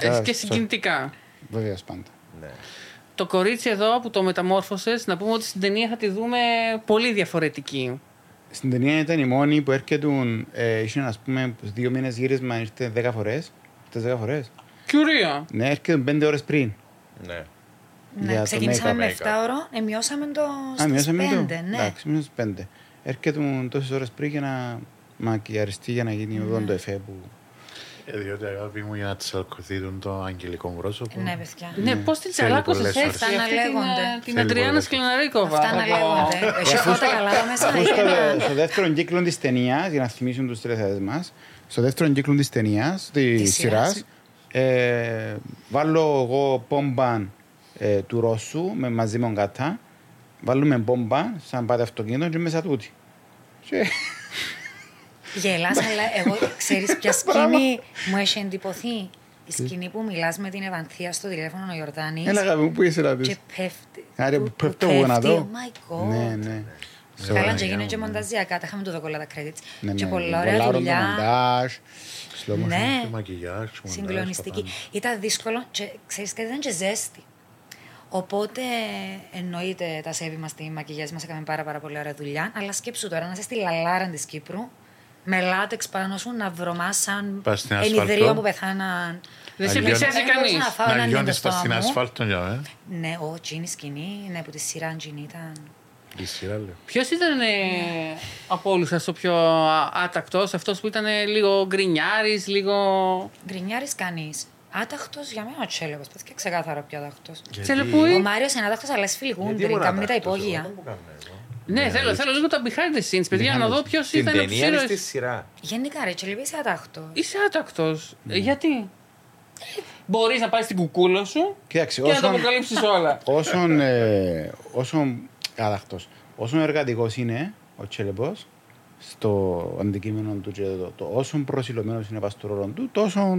S1: Ε, και
S2: Sorry.
S1: συγκινητικά.
S2: Βέβαια πάντα.
S4: Ναι.
S1: Το κορίτσι εδώ που το μεταμόρφωσες, να πούμε ότι στην ταινία θα τη δούμε πολύ διαφορετική.
S2: Στην ταινία ήταν η μόνη που έρχεται, ε, είχε ας πούμε δύο μήνες γύρισμα, ήρθε δέκα φορές. Ήρθες δέκα φορές.
S1: Κιουρία.
S2: Ναι, έρχεται πέντε ώρες πριν.
S4: Ναι.
S2: για
S3: Ναι,
S2: το
S3: ξεκινήσαμε
S2: make-up.
S3: με
S4: Make-up.
S3: 7 ώρο, ε, μειώσαμε το
S2: Α,
S3: στις
S2: μειώσαμε
S3: 5,
S2: το.
S3: ναι.
S2: Εντάξει, μειώσαμε στις πέντε. Έρχεται τόσες ώρες πριν για να μακιαριστεί για να γίνει οδόν το εφέ που...
S5: Ε, διότι αγάπη μου για να τσαλκωθεί τον το αγγελικό πρόσωπο.
S3: Ναι, παιδιά.
S1: Ναι, πώς την
S5: Θέλει
S1: τσαλάκωσες
S5: πολλές ώρες.
S1: έτσι.
S3: Αυτά να
S1: Αυτή την,
S3: λέγονται.
S1: ε, την
S5: Θέλει
S1: Αντριάννα
S5: πολλές
S1: Σκληναρίκοβα.
S3: Αυτά να λέγονται. Εσύ εγώ τα καλά τα μέσα
S2: Ε, Αφού στο,
S3: έγινα.
S2: στο δεύτερο κύκλο της ταινίας, για να θυμίσουν τους τρεθέδες μας, στο δεύτερο κύκλο της ταινίας, της
S3: Της σειράς.
S2: σειράς, ε, βάλω εγώ πόμπαν ε, του Ρώσου με, μαζί με τον Κατά, βάλουμε πόμπα σαν πάτε αυτοκίνητο και μέσα τούτη. Και
S3: Γελάς, αλλά εγώ ξέρεις ποια σκηνή μου έχει εντυπωθεί. Η σκηνή που μιλάς με την Ευανθία στο τηλέφωνο ο Ιορδάνης
S2: έλα αγαπη μου, πού είσαι να
S3: και
S2: δεις.
S3: πέφτει.
S2: Άρα
S3: Του- του
S2: πέφτω εγώ να
S3: πέφτει,
S2: δω.
S3: Oh my God.
S2: Ναι, ναι.
S3: Καλά,
S5: Ωραία,
S3: και γίνονται
S5: ναι.
S3: και μονταζιακά. Τα είχαμε τούτο όλα τα credits.
S2: Ναι,
S3: και
S2: ναι,
S3: πολλά
S2: πολλά
S3: ωραία
S2: ωραίο το
S3: δουλειά.
S2: μοντάζ, slow motion.
S3: Ναι.
S5: Και Ε, μακιγιάζ, και μοντάζ,
S3: Συγκλονιστική.
S5: τα
S3: Ήταν δύσκολο και ξέρεις κάτι, ήταν και ζέστη. Οπότε εννοείται τα σέβη μας, τη μακιγιάζ μας έκαμε πάρα πάρα πολύ ωραία δουλειά. Αλλά σκέψου τώρα να είσαι στη λαλάρα της Κύπρου με λάτεξ πάνω σου να βρωμάς σαν
S5: Πας στην
S3: ενιδρύο
S5: ασφαλτό.
S3: που πεθάναν.
S1: Δεν σε
S5: Αλλιώς-
S1: πλησιάζει
S3: Δεν μπορούσα
S1: κανείς.
S3: να φάω
S5: πάντα. Να
S3: έναν
S5: λιώνεις
S3: στο
S5: τα στην
S3: στόμα μου.
S5: ασφάλτο, για ε, μένα.
S3: Ναι, ο Τζίνι σκηνή, ναι, που τη σειρά Τζίνι ήταν.
S5: Η σειρά λέω.
S1: Ποιος ήταν ε, από όλους σας ο πιο άτακτος, αυτός που ήταν ε, λίγο γκρινιάρης, λίγο.
S3: Γκρινιάρης κανείς. Άταχτος για μένα ο Τσέλεβος, και ξεκάθαρα πιο άταχτος. Ο
S1: Τσελεπούι.
S3: Μάριος είναι άταχτος, αλλά σφιλγούν,
S4: Γιατί ήμουν
S3: κάνουν τα
S4: άτακτος,
S3: υπόγεια.
S4: εγώ δεν κάνω εγώ.
S1: Ναι, θέλω, θέλω λίγο τα behind the scenes, παιδιά, να δω ποιος
S4: Στην
S1: ήταν ο
S4: ταινία είναι στη
S1: ψήρο.
S4: σειρά.
S3: Γενικά, ρε, Τσέλεβ, είσαι άταχτος.
S1: Είσαι άτακτος. Γιατί. Μπορείς να πάρεις την κουκούλα σου
S2: Κοίταξε,
S1: και να τα
S2: όσον,
S1: αποκαλύψεις όλα.
S2: όσον, ε, όσον, κατακτός, όσον εργατικός είναι ο Τσέλεμπος στο αντικείμενο του και το, το όσον προσιλωμένος είναι πας στο ρόλο του, τόσο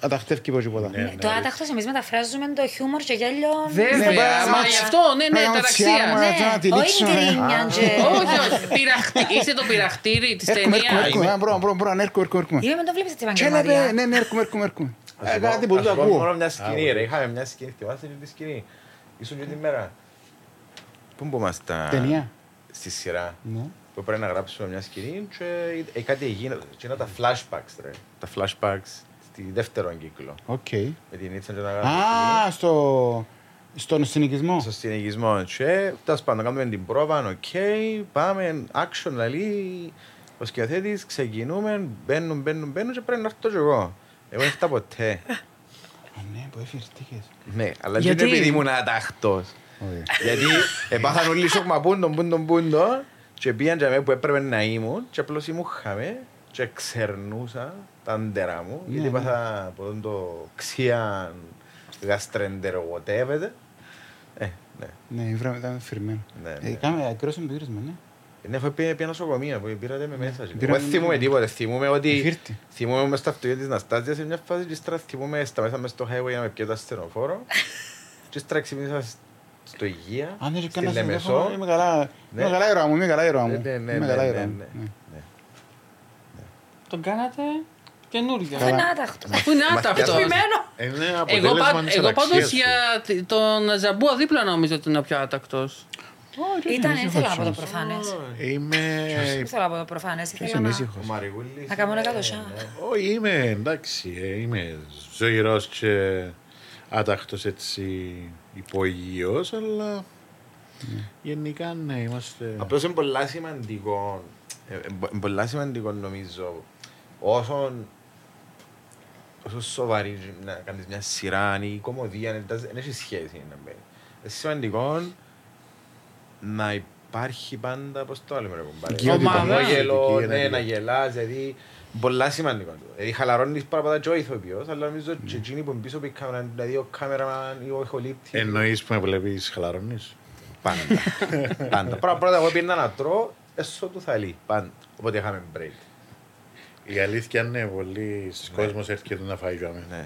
S2: αταχτεύει και τίποτα.
S5: Ναι.
S3: Το άταχτος εμείς μεταφράζουμε το χιούμορ και γέλιο.
S2: Ναι,
S1: Βέβαια,
S2: μπράβο.
S1: Ε, μα γι' αυτό, ναι, ναι,
S2: Μπράβο,
S1: ταραξία.
S2: Τσιάρα,
S1: Ναι.
S2: μπράβο. τώρα
S3: Ναι,
S2: να τη
S3: όχι
S2: δείξω, ε.
S3: γκρινιάντζε.
S1: Όχι, όχι. Πειραχτή- Είστε το πειραχτήρι της
S2: Έρχομαι, έρχομαι,
S1: ταινία.
S2: έρχομαι, Α, μπράβο, μπράβο, μπράβο, έρχομαι, έρχομαι, έρχομαι.
S3: Είμαι με τον βλέπεις έτσι
S2: Τσέλεμπε,
S3: επαγγελματία.
S2: ναι, ναι, έρχομαι, έρχομαι, έρχομαι.
S4: Ας
S2: Ε,
S4: σου πω-
S2: Κάτι που
S4: ας
S2: το
S4: σου πω Μόνο
S2: ακούω.
S4: μια
S5: Α,
S4: σκηνή, ρε.
S5: ωραία.
S4: Είχαμε μια σκηνή, θυμάστε και τη σκηνή. Ήσουν και τη μέρα. Πού μπούμασταν.
S2: Ταινία.
S4: Στη σειρά.
S2: Ναι.
S4: που πρέπει να γράψουμε μια σκηνή και ε, κάτι έγινε, και είναι τα flashbacks, ρε. Τα flashbacks στη δεύτερον κύκλο.
S2: Οκ.
S4: Με την Ίτσαν και να γράψουμε σκηνή.
S2: Α, στο, στον συνοικισμό.
S4: ναι. Στο συνεχισμό και τέλος πάντων κάνουμε την πρόβα, οκ, πάμε, action λαλή, ο σκηνοθέτης, ξεκινούμε, μπαίνουν, μπαίνουν, μπαίνουν και πρέπει να έρθω και εγώ. Εγώ δεν ήρθα ποτέ.
S2: Α, Ναι, που εφηρετήκες.
S4: ναι, αλλά δεν
S1: Γιατί?
S4: είναι επειδή ήμουν αταχτός.
S2: Ωραία.
S4: Γιατί επάθαν όλοι σοκ μα πούντον, πούντον, πούντον και πήγαν για μέ που έπρεπε να ήμουν και απλώς ήμουν χαμέ και ξερνούσα τα αντέρα μου
S2: Ναι,
S4: γιατί
S2: ναι.
S4: έπαθα από τον το ξίαν γαστρεντερογοτεύεται. Ε, ναι.
S2: Ναι, η βράδυ ήταν φυρμένο.
S4: Ναι,
S2: Ε,
S4: ναι.
S2: Κάμε ακρόσιμο το γύρισμα, ναι.
S4: Ναι, αφού πήγα πήγα νοσοκομεία, που πήρατε με μέσα. και- Εγώ
S2: Πήραμε
S4: δεν θυμούμαι
S2: μέσα.
S4: τίποτε, θυμούμαι ότι
S2: Φύρτη.
S4: θυμούμαι μες στο αυτοκίνητο της Ναστάζιας σε μια φάση και ύστερα θυμούμαι σταμέσα μες στο highway να με πιω το ασθενοφόρο και ύστερα ξυπνήσα στο Υγεία,
S2: Αν δεν
S4: στη
S2: κανένα
S4: Λεμεσό.
S2: Είμαι καλά.
S4: Ναι.
S2: Είμαι καλά η ροά μου, είμαι καλά η ροά μου.
S4: Ναι, ναι, ναι,
S2: Είμαι καλά η
S4: ναι,
S2: ροά μου.
S4: ναι, ναι.
S2: Ναι.
S4: Ναι.
S1: Τον κάνατε καινούριο.
S3: Αφού είναι άταχτος.
S1: Αφού είναι άτακτο.
S3: Πημένο.
S5: Ε, ναι,
S1: Εγώ,
S5: αποτέλεσμα
S1: πάν,
S5: της
S1: εγώ
S5: αλλαξίας
S1: πάντω
S5: του.
S1: για τη- τον Ζαμπούα δίπλα νόμιζα ότι είναι ο πιο άτακτος.
S3: Ήταν, δεν ήθελα να πω
S2: πρώτο.
S3: το προφανές. Δεν
S5: Είμαι...
S3: ήθελα να πω το προφανές.
S2: Ποιος
S3: Ήθελα
S2: είναι
S3: να...
S2: ήσυχος.
S4: Ο Μαριγούλης. ε, ναι.
S3: Να κάνω ένα
S4: είναι-
S3: εκατοσιά.
S5: Όχι, είμαι εντάξει. ε, Είμαι ζωηρός και άταχτος έτσι υπογείος, αλλά γενικά ναι, είμαστε...
S4: Απλώς είναι πολλά σημαντικό, ε, ε, μπο- είναι πολλά σημαντικό νομίζω, όσον όσο σοβαρή και να κάνεις μια σειρά ή κομμωδία, δεν τάζει- δεν έχει σχέση Ε, να μπαίνει. Είναι σημαντικό να, υ- υπάρχει πάντα, πώς το λέμε ρε κουμπάρε.
S5: Οικειότητα.
S4: Χαμόγελο,
S5: Οικειότητα.
S4: ναι, να γελάς, δηλαδή πολλά σημαντικό. Δηλαδή χαλαρώνεις παραπάτα και ο ηθοποιός, αλλά νομίζω και εκείνοι που είναι πίσω από την κάμερα, δηλαδή ο κάμεραμαν ή ο ηχολήπτης.
S5: Εννοείς που με βλέπεις χαλαρώνεις.
S4: Πάντα. πάντα. Πρώτα πρώτα εγώ πήγαινα να τρώω έσω του θαλί. Πάντα. Οπότε είχαμε break.
S5: Η αλήθεια είναι πολύ κόσμος έρχεται να φάει γάμι.
S4: Ναι.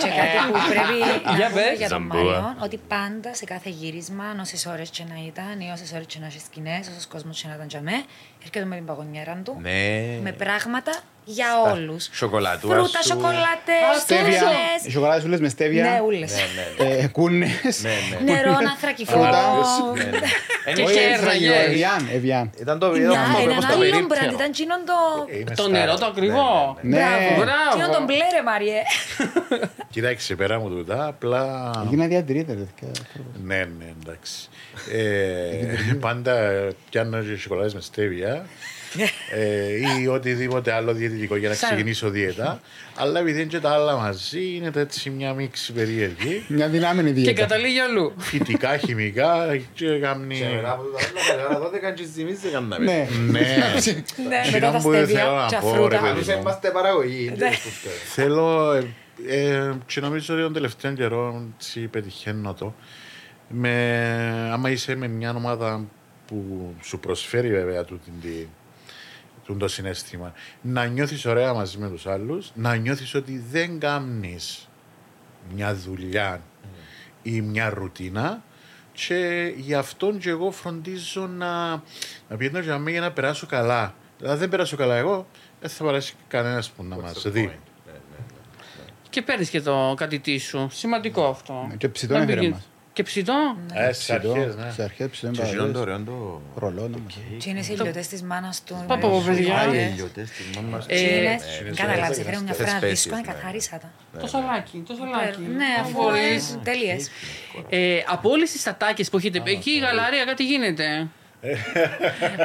S3: Και κάτι που πρέπει να
S1: Για
S3: πούμε
S1: πες.
S3: για τον
S5: Ζαμπούα.
S3: Μάριον, ότι πάντα σε κάθε γύρισμα, όσες ώρες και να ήταν ή όσες ώρες και να είχες σκηνές, όσος κόσμος και να ήταν για μέ, έρχεται με την παγωνιέρα του.
S4: Ναι.
S3: Με πράγματα για όλου.
S4: Σοκολατούρα
S3: Φρούτα,
S4: σου.
S3: σοκολάτε,
S2: Στέβια. Οι
S3: τούβλε.
S2: σοκολάτες ούλες με
S3: Ε, Ναι,
S2: στέβια.
S3: ούλες.
S4: Ναι, ναι, ναι.
S2: ε, Κούνες.
S4: Ναι, ναι.
S3: Νερό, ανθρακικό.
S2: Φρούτα.
S4: Ναι, ναι.
S1: Και
S4: Όχι,
S2: Ε,
S1: χέρι.
S4: ήταν-
S1: Yes.
S2: Ευγιάν, ευγιάν.
S4: Ήταν το
S3: Μια-
S4: βίντεο που
S3: Έναν
S4: στο
S3: άλλο
S4: περίπτερο.
S3: Ναι, μπραντ, ήταν τσίνον το.
S5: Ε, Είμαι
S1: Το
S5: star.
S1: νερό το ακριβό.
S5: Ε,
S2: Ναι.
S3: Μπράβο.
S1: Μπράβο.
S3: Τσίνον τον μπλε, ρε Μαριέ.
S5: Κοίταξε, πέρα μου τούτα, απλά...
S2: Έγινα διατηρήτερα. τέτοια.
S5: Ναι, ναι, εντάξει. Ε, πάντα πιάνω και σοκολάτες με στέβια ε, ή οτιδήποτε άλλο διαιτητικό για να
S1: Σαν-
S5: ξεκινήσω δίαιτα. Αλλά επειδή είναι και τα άλλα μαζί, είναι έτσι μια μίξη περίεργη.
S2: Μια δυνάμενη
S1: Και
S2: δίαιτα.
S1: καταλήγει αλλού.
S5: Φυτικά, χημικά και γάμνη...
S4: Και μετά από το άλλο, μετά 12 και ζημίζε κανένα.
S2: Ναι.
S5: Ναι.
S3: Ναι,
S5: Εκείνο
S3: μετά τα
S5: που δεν θέλω
S3: στέβια,
S5: να
S3: τα
S5: πω, ρε
S4: Εμείς
S5: παιδί.
S3: φρούτα.
S4: είμαστε παραγωγή. είναι που φταίει.
S5: Θέλω, ε, ε, και νομίζω ότι τον τελευταίο καιρό τσι, πετυχαίνω το, με, άμα είσαι με μια ομάδα που σου προσφέρει βέβαια τούτη τη- τούτο το συνέστημα, να νιώθεις ωραία μαζί με τους άλλους, να νιώθεις ότι δεν κάνεις μια δουλειά ή μια ρουτίνα και γι' αυτόν και εγώ φροντίζω να, να πηγαίνω για μένα για να περάσω καλά. Δηλαδή δεν περάσω καλά εγώ, δεν θα περάσει κανένας που να μας δει.
S1: Και παίρνεις και το κατητή σου. Σημαντικό αυτό.
S2: Ναι, Και ψητό
S1: Να
S2: έφερε
S1: πηγαίνει-
S2: μας.
S1: Και ψητό.
S5: Ε, στις αρχές, ναι.
S2: Σε αρχές ψητό
S4: Και
S2: είναι
S4: γίνονται
S2: παραδείγμα.
S4: ωραίο το...
S2: Ρολό να ναι, μας.
S3: Τι είναι οι ηλιοτέ της μάνας του.
S1: Πα, πα, πα, παιδιά.
S4: Άλλοι
S1: Ε,
S4: ηλιοτές της μάνας.
S1: ε,
S3: Τσίνες,
S4: ε,
S3: Κατάλαβε,
S4: ε,
S3: έφερε
S4: ε,
S3: μια
S4: ε,
S3: φορά
S4: ε,
S3: δίσκο,
S4: ε,
S3: καθαρίσα τα.
S1: Το σαλάκι, το σαλάκι.
S3: Ναι,
S1: Αν
S3: αφού
S1: μπορείς.
S3: τέλειε.
S1: Ε, από όλες τις ατάκες που έχετε πει. Εκεί η γαλαρία κάτι γίνεται.
S2: Ε.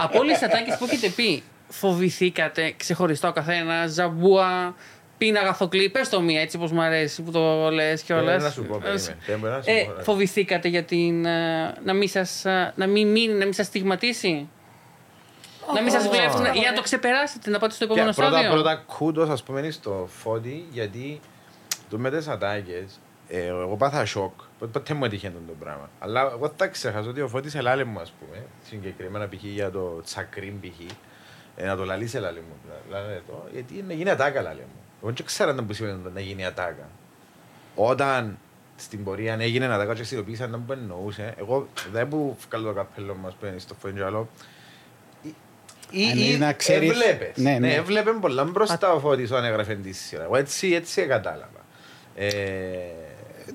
S1: από όλε τις ατάκες που έχετε πει, φοβηθήκατε ξεχωριστά ο καθένας, ζαμπούα, πίνα αγαθοκλή. Πες το μία έτσι όπως μου αρέσει που το λες κιόλα.
S4: Περίμενα Ε, να σου πω, περίμενε. Περίμενα να σου
S1: Ε,
S4: πω, ρε.
S1: φοβηθήκατε για την. ε, να μην σας, ε, να μην μείνει, να μην σας στιγματίσει. Να μην σας
S3: Όχι,
S1: βλέπουν,
S3: όχι.
S1: ή να το ξεπεράσετε, να πάτε στο
S4: Και
S1: επόμενο
S4: πρώτα,
S1: στάδιο.
S4: πρώτα κούντος ας πούμε είναι στο φώτι γιατί το με τις ατάκες ε, εγώ πάθα σοκ. Πο- Ποτέ μου έτυχε το πράγμα. Αλλά εγώ θα ξεχάσω ότι ο Φώτης ελάλε μου ας πούμε συγκεκριμένα π.χ. για το τσακρίν π.χ. Ε, να το λαλείς ελάλε μου. λα- λαλέ το, γιατί να γίνει ατάκα λαλέ μου. Εγώ δεν ξέρω αν που σημαίνει να γίνει ατάκα. Όταν στην πορεία έγινε ένα δάκο και συνειδητοποίησαν να μου εννοούσε. Εγώ δεν που βγάλω το καπέλο μας που είναι στο φωντζαλό.
S2: Αν είναι να ξέρεις-
S4: Έβλεπες.
S2: Ναι,
S4: Ναι,
S2: ναι.
S4: έβλεπε πολλά μπροστά ο Φώτης όταν έγραφε τη σειρά. Εγώ έτσι, έτσι κατάλαβα. Ε,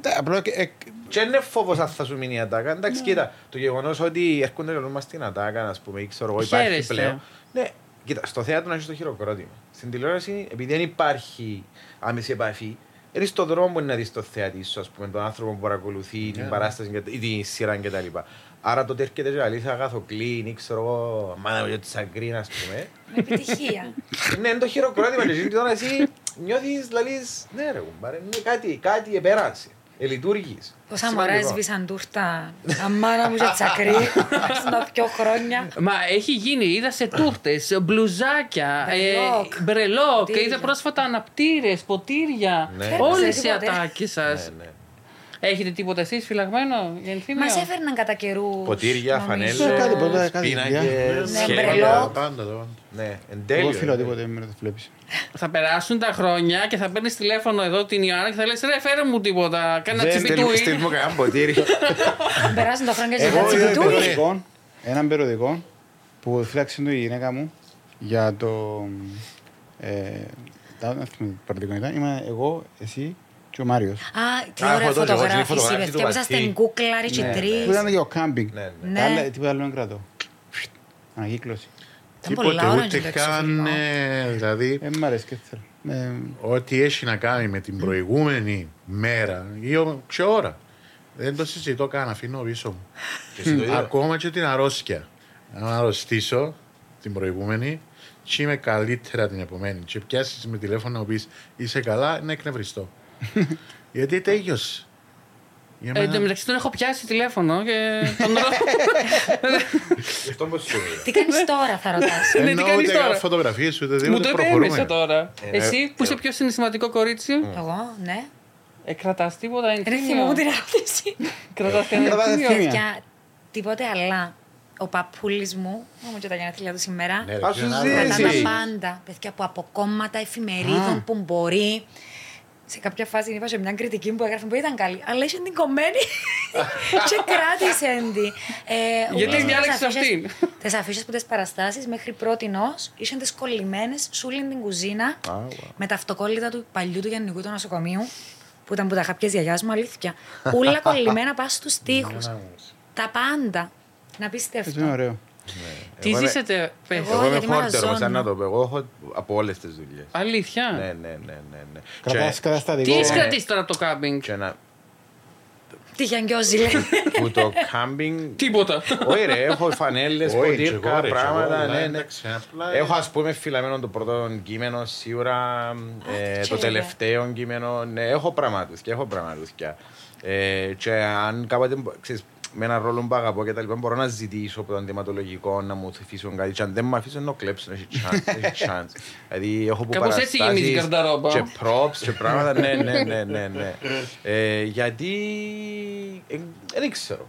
S2: Τα- απλά και- ε, Ναι.
S4: και είναι φόβος αν θα σου μείνει η ατάκα. Εντάξει, κοίτα, το γεγονός ότι έρχονται και μας την ατάκα, ας πούμε, ή ξέρω εγώ, υπάρχει
S1: Χαίρεστε.
S4: πλέον. Ναι, κοίτα, στο θέατρο να έχεις το χειροκρότημα. Στην τηλεόραση, επειδή δεν υπάρχει άμεση επαφή, έρχεσαι στον δρόμο που είναι να δεις το θέατη σου, ας πούμε, τον άνθρωπο που
S2: Ναι,
S4: παρακολουθεί την παράσταση και- ή τη σειρά κτλ. Άρα τότε έρχεται και αλήθεια αγαθοκλίν ή ξέρω εγώ, μάνα με το τσαγκρίν, ας πούμε.
S3: Με επιτυχία.
S4: Ναι, είναι το χειροκρότημα. Και εκείνη την ώρα εσύ νιώθεις, λαλείς, ναι ρε κουμπάρε, ναι, κάτι, κάτι επέρασε. Ελειτουργείς.
S3: Πώ αμορά
S4: Σημαντικό.
S3: σβήσαν τούρτα. Αμάνα μου σε τσακρί. Στα πιο χρόνια.
S1: Μα έχει γίνει, είδα σε τούρτες, μπλουζάκια, ε,
S3: Μπρελόκ.
S1: μπρελόκ,
S3: Ποτήρια.
S1: είδα πρόσφατα αναπτήρες, ποτήρια.
S4: Ναι.
S1: Όλε οι
S3: Ξέρετε τίποτε.
S1: ατάκες σας.
S4: Ναι, ναι.
S1: Έχετε τίποτα εσείς φυλαγμένο για ενθύμιο.
S3: Μας έφερναν κατά καιρούς.
S4: Ποτήρια,
S2: Ε, κάτι,
S4: φανέλες,
S2: ποτέ, κάτι,
S4: πίνακες,
S3: Ναι,
S4: σχέδια.
S3: μπρελό.
S5: Πάντα το πάντα.
S4: Ναι, εν
S2: Εγώ
S4: τέλειο.
S2: φίλω τίποτε μην το βλέπεις.
S1: Θα περάσουν τα χρόνια και θα παίρνεις τηλέφωνο εδώ την Ιωάννα και θα λες: Ρε, φέρε μου τίποτα. Κάνε
S4: Δεν στέλνω-
S1: τσιμπιτούι.
S4: στέλνω μου κανένα ποτήρι.
S3: Ε, Περάσουν τα χρόνια και
S2: Εγώ
S3: τα
S2: είδα ένα
S3: τσιμπιτούι.
S2: περιοδικό, έναν περιοδικό που φύλαξε του η γυναίκα μου για το. Ε, τα δεν θυμάμαι τι περιοδικό ήταν. Είμαι εγώ, εσύ και ο Μάριος.
S3: Α, τι
S4: Α,
S3: ωραία
S4: φωτογραφία,
S3: φωτογράφηση.
S4: φωτογράφηση
S3: Με
S4: του
S3: φτιάξατε
S4: Βατή.
S3: την κούκλα, ρε
S4: Ναι, ναι.
S2: Που ήταν
S3: τρει.
S2: για το κάμπινγκ.
S4: Ναι, ναι.
S3: Ναι.
S2: Τα άλλα- Τίποτα άλλο δεν κρατώ. Ανακύκλωση.
S3: Ήταν πολλά ώρα
S5: ούτε
S3: και το
S5: καν,
S3: εξωφυλλό.
S5: ε, δηλαδή,
S2: Ε, μ' αρέσει και θέλω. Ε,
S5: ό,τι έχει να κάνει με την προηγούμενη μέρα ή ο- ποια ώρα. Δεν το συζητώ καν, αφήνω πίσω μου.
S4: Και εσύ το ίδιο.
S5: Ακόμα και την αρρώστια. Αν αρρωστήσω την προηγούμενη, και είμαι καλύτερα την επομένη. Και πιάσεις με τηλέφωνο να μου πεις είσαι καλά, είναι εκνευριστό. Γιατί τέλειωσε. Για
S1: Ε, Εν τω
S5: μένα-
S1: μεταξύ τον έχω πιάσει τηλέφωνο και τον ρω-
S4: Γι' αυτό πώς σου λέει.
S3: Τι κάνεις τώρα, θα ρωτάς.
S1: Ναι, τι
S5: Ενώ
S1: κάνεις τώρα?
S5: ούτε φωτογραφίες ούτε
S1: Μου
S5: τίποτα
S1: το είπε έμεσα
S5: προχωρούμε.
S1: τώρα.
S4: Ε,
S1: Εσύ
S4: ε,
S1: που
S4: ε.
S1: είσαι πιο συναισθηματικό κορίτσι,
S3: Εγώ, ναι.
S1: εκρατάς τίποτα
S2: Ε,
S3: Δεν θυμόμουν την
S1: εντύπωση.
S3: ερώτηση.
S1: Κρατά
S2: Κρατάς
S1: την
S2: ευθύνη.
S3: Παιδιά, τίποτε, αλλά ο παππούλης μου, μου και τα γενέθλια του σήμερα,
S4: Ναι, ρε,
S5: Ας
S4: ποιον
S5: σου
S4: άλλο.
S5: ζήσει.
S3: κρατά τα
S5: Εσύ.
S3: πάντα. Παιδιά που από κόμματα εφημερίδων
S2: Α.
S3: που μπορεί. Σε κάποια φάση είπα σε μια κριτική μου που έγραφε που ήταν καλή, αλλά είσαι την κομμένη. και κράτησε την. Ε,
S1: Γιατί
S3: ούλες
S1: διάλεξες
S3: τις αφίσες-
S1: αυτήν?
S3: Τις αφήσει που τις παραστάσεις μέχρι πρώτη νός ήσαν τις κολλημένες σούλιν την κουζίνα με τα αυτοκόλλητα του παλιού του γενικού του νοσοκομείου που ήταν που τα είχα πιέσει γιαγιάς μου, αλήθεια. Ούλα κολλημένα πά στους
S5: Ναι,
S3: τοίχους. τα πάντα.
S2: Έτσι ναι.
S3: Να
S2: είναι
S3: πιστευτώ.
S2: ωραίο.
S1: Τι
S4: Εγώ είμαι-
S1: ζήσετε, πες.
S3: Εγώ
S4: Ναι. Εγώ είμαι
S3: γιατί είμαι
S4: χόρτερ, όμως,
S3: αζώνιο.
S4: αν να το πω. Εγώ έχω από όλες τις δουλειές. Ναι,
S1: Αλήθεια.
S4: ναι, ναι, ναι. ναι.
S2: Κρατάς
S4: Και-
S1: Τι
S2: καταστατικό.
S1: έχει κρατήσεις τώρα από το κάμπινγκ.
S4: και να-
S3: Τι γιαγκιόζι λέει.
S4: Που το κάμπινγκ
S1: Τίποτα.
S4: Όχι ρε, έχω φανέλες,
S5: Όχι, και
S4: ποτήρκα,
S5: εγώ, ρε, και
S4: πράγματα, ναι,
S5: εγώ, ναι,
S4: ναι.
S5: εντάξει, απλά-
S4: Έχω ας πούμε φιλαμένο το πρώτο κείμενο σίγουρα, ε,
S3: τι
S4: το
S3: λέει,
S4: τελευταίο κείμενο, ναι, έχω πραγματούς και έχω πραγματούς και. Ε, και αν κάποτε, ξέρεις, με έναν ρόλο που αγαπώ και τα λοιπά, μπορώ να ζητήσω από το αντιματολογικό να μου αφήσουν κάτι. Και αν δεν με αφήσουν, να κλέψουν, έχει chance, έχει chance. Δηλαδή, έχω που
S1: Κάπως έτσι
S4: παραστάσεις
S1: γεμίζει η καρδαρόμπα.
S4: Και props και πράγματα, ναι, ναι, ναι, ναι, ναι. Ε, γιατί, ε, δεν ξέρω.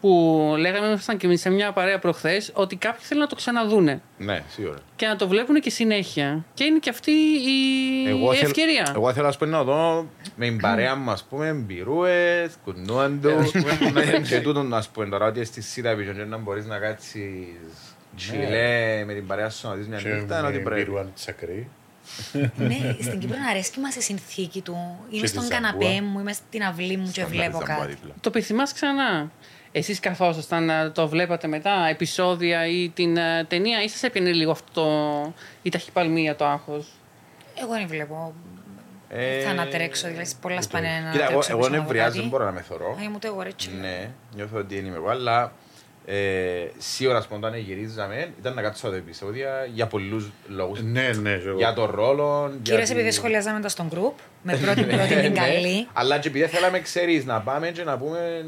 S1: που λέγαμε, ήμασταν και εμείς σε μια παρέα προχθές, ότι κάποιοι θέλουν να το ξαναδούνε
S4: Ναι, σίγουρα.
S1: και να το βλέπουν και συνέχεια. Και είναι και αυτή η, η
S4: θέλ-
S1: ευκαιρία.
S4: εγώ θέλω ας πούμε, να δω με την παρέα μου, ας πούμε, μπυρούες, κουνούαντο, ναι. και τούτο να πούμε τώρα ότι στη σειρά πίσω και να μπορείς να κάτσεις τσιλέ με την παρέα σου να δεις μια
S5: Και
S4: νύχτα, είναι
S5: με
S4: ναι, ότι πρέπει.
S5: μπυρουάν τσακρή.
S3: Ναι, στην Κύπρο να αρέσκει μας η συνθήκη του. Είμαι
S5: τη
S3: στον
S5: ζαμπούα.
S3: καναπέ μου, είμαι στην αυλή μου και
S4: Στον
S3: βλέπω
S4: Άλεξανδρο
S3: κάτι.
S4: δίπλα.
S1: Το επιθυμάς ξανά. Εσείς καθόσασταν να το βλέπατε μετά, επεισόδια ή την ε, ταινία, ή σας έπαιρνε λίγο αυτό το... η ταχυπαλμία, το άγχος.
S3: Εγώ δεν βλέπω.
S4: Ε,
S3: θα ανατρέξω, δηλαδή σε πολλά σπανένα να
S4: Κοίτα, εγώ,
S3: τρέξω
S4: εγώ
S3: πίσω να
S4: δεν
S3: δω
S4: βρειάζω,
S3: κάτι.
S4: δεν μπορώ να με θωρώ.
S3: Άγιε μου το εγώ ρε τσιλέ.
S4: Ναι, νιώθω ότι είναι εγώ, αλλά ε, σίγουρα ας πούμε, όταν γυρίζαμε ήταν να κάτσω τα επεισόδια για πολλούς λόγους.
S5: Ναι, ναι, και εγώ.
S4: Για τον ρόλο. για
S3: Κυρίως
S4: την-
S3: επειδή σχολιάζαμε τα στον group, με πρώτη πρώτη την
S4: Ναι,
S3: καλή.
S4: Αλλά και επειδή θέλαμε, ξέρεις, να πάμε και να πούμε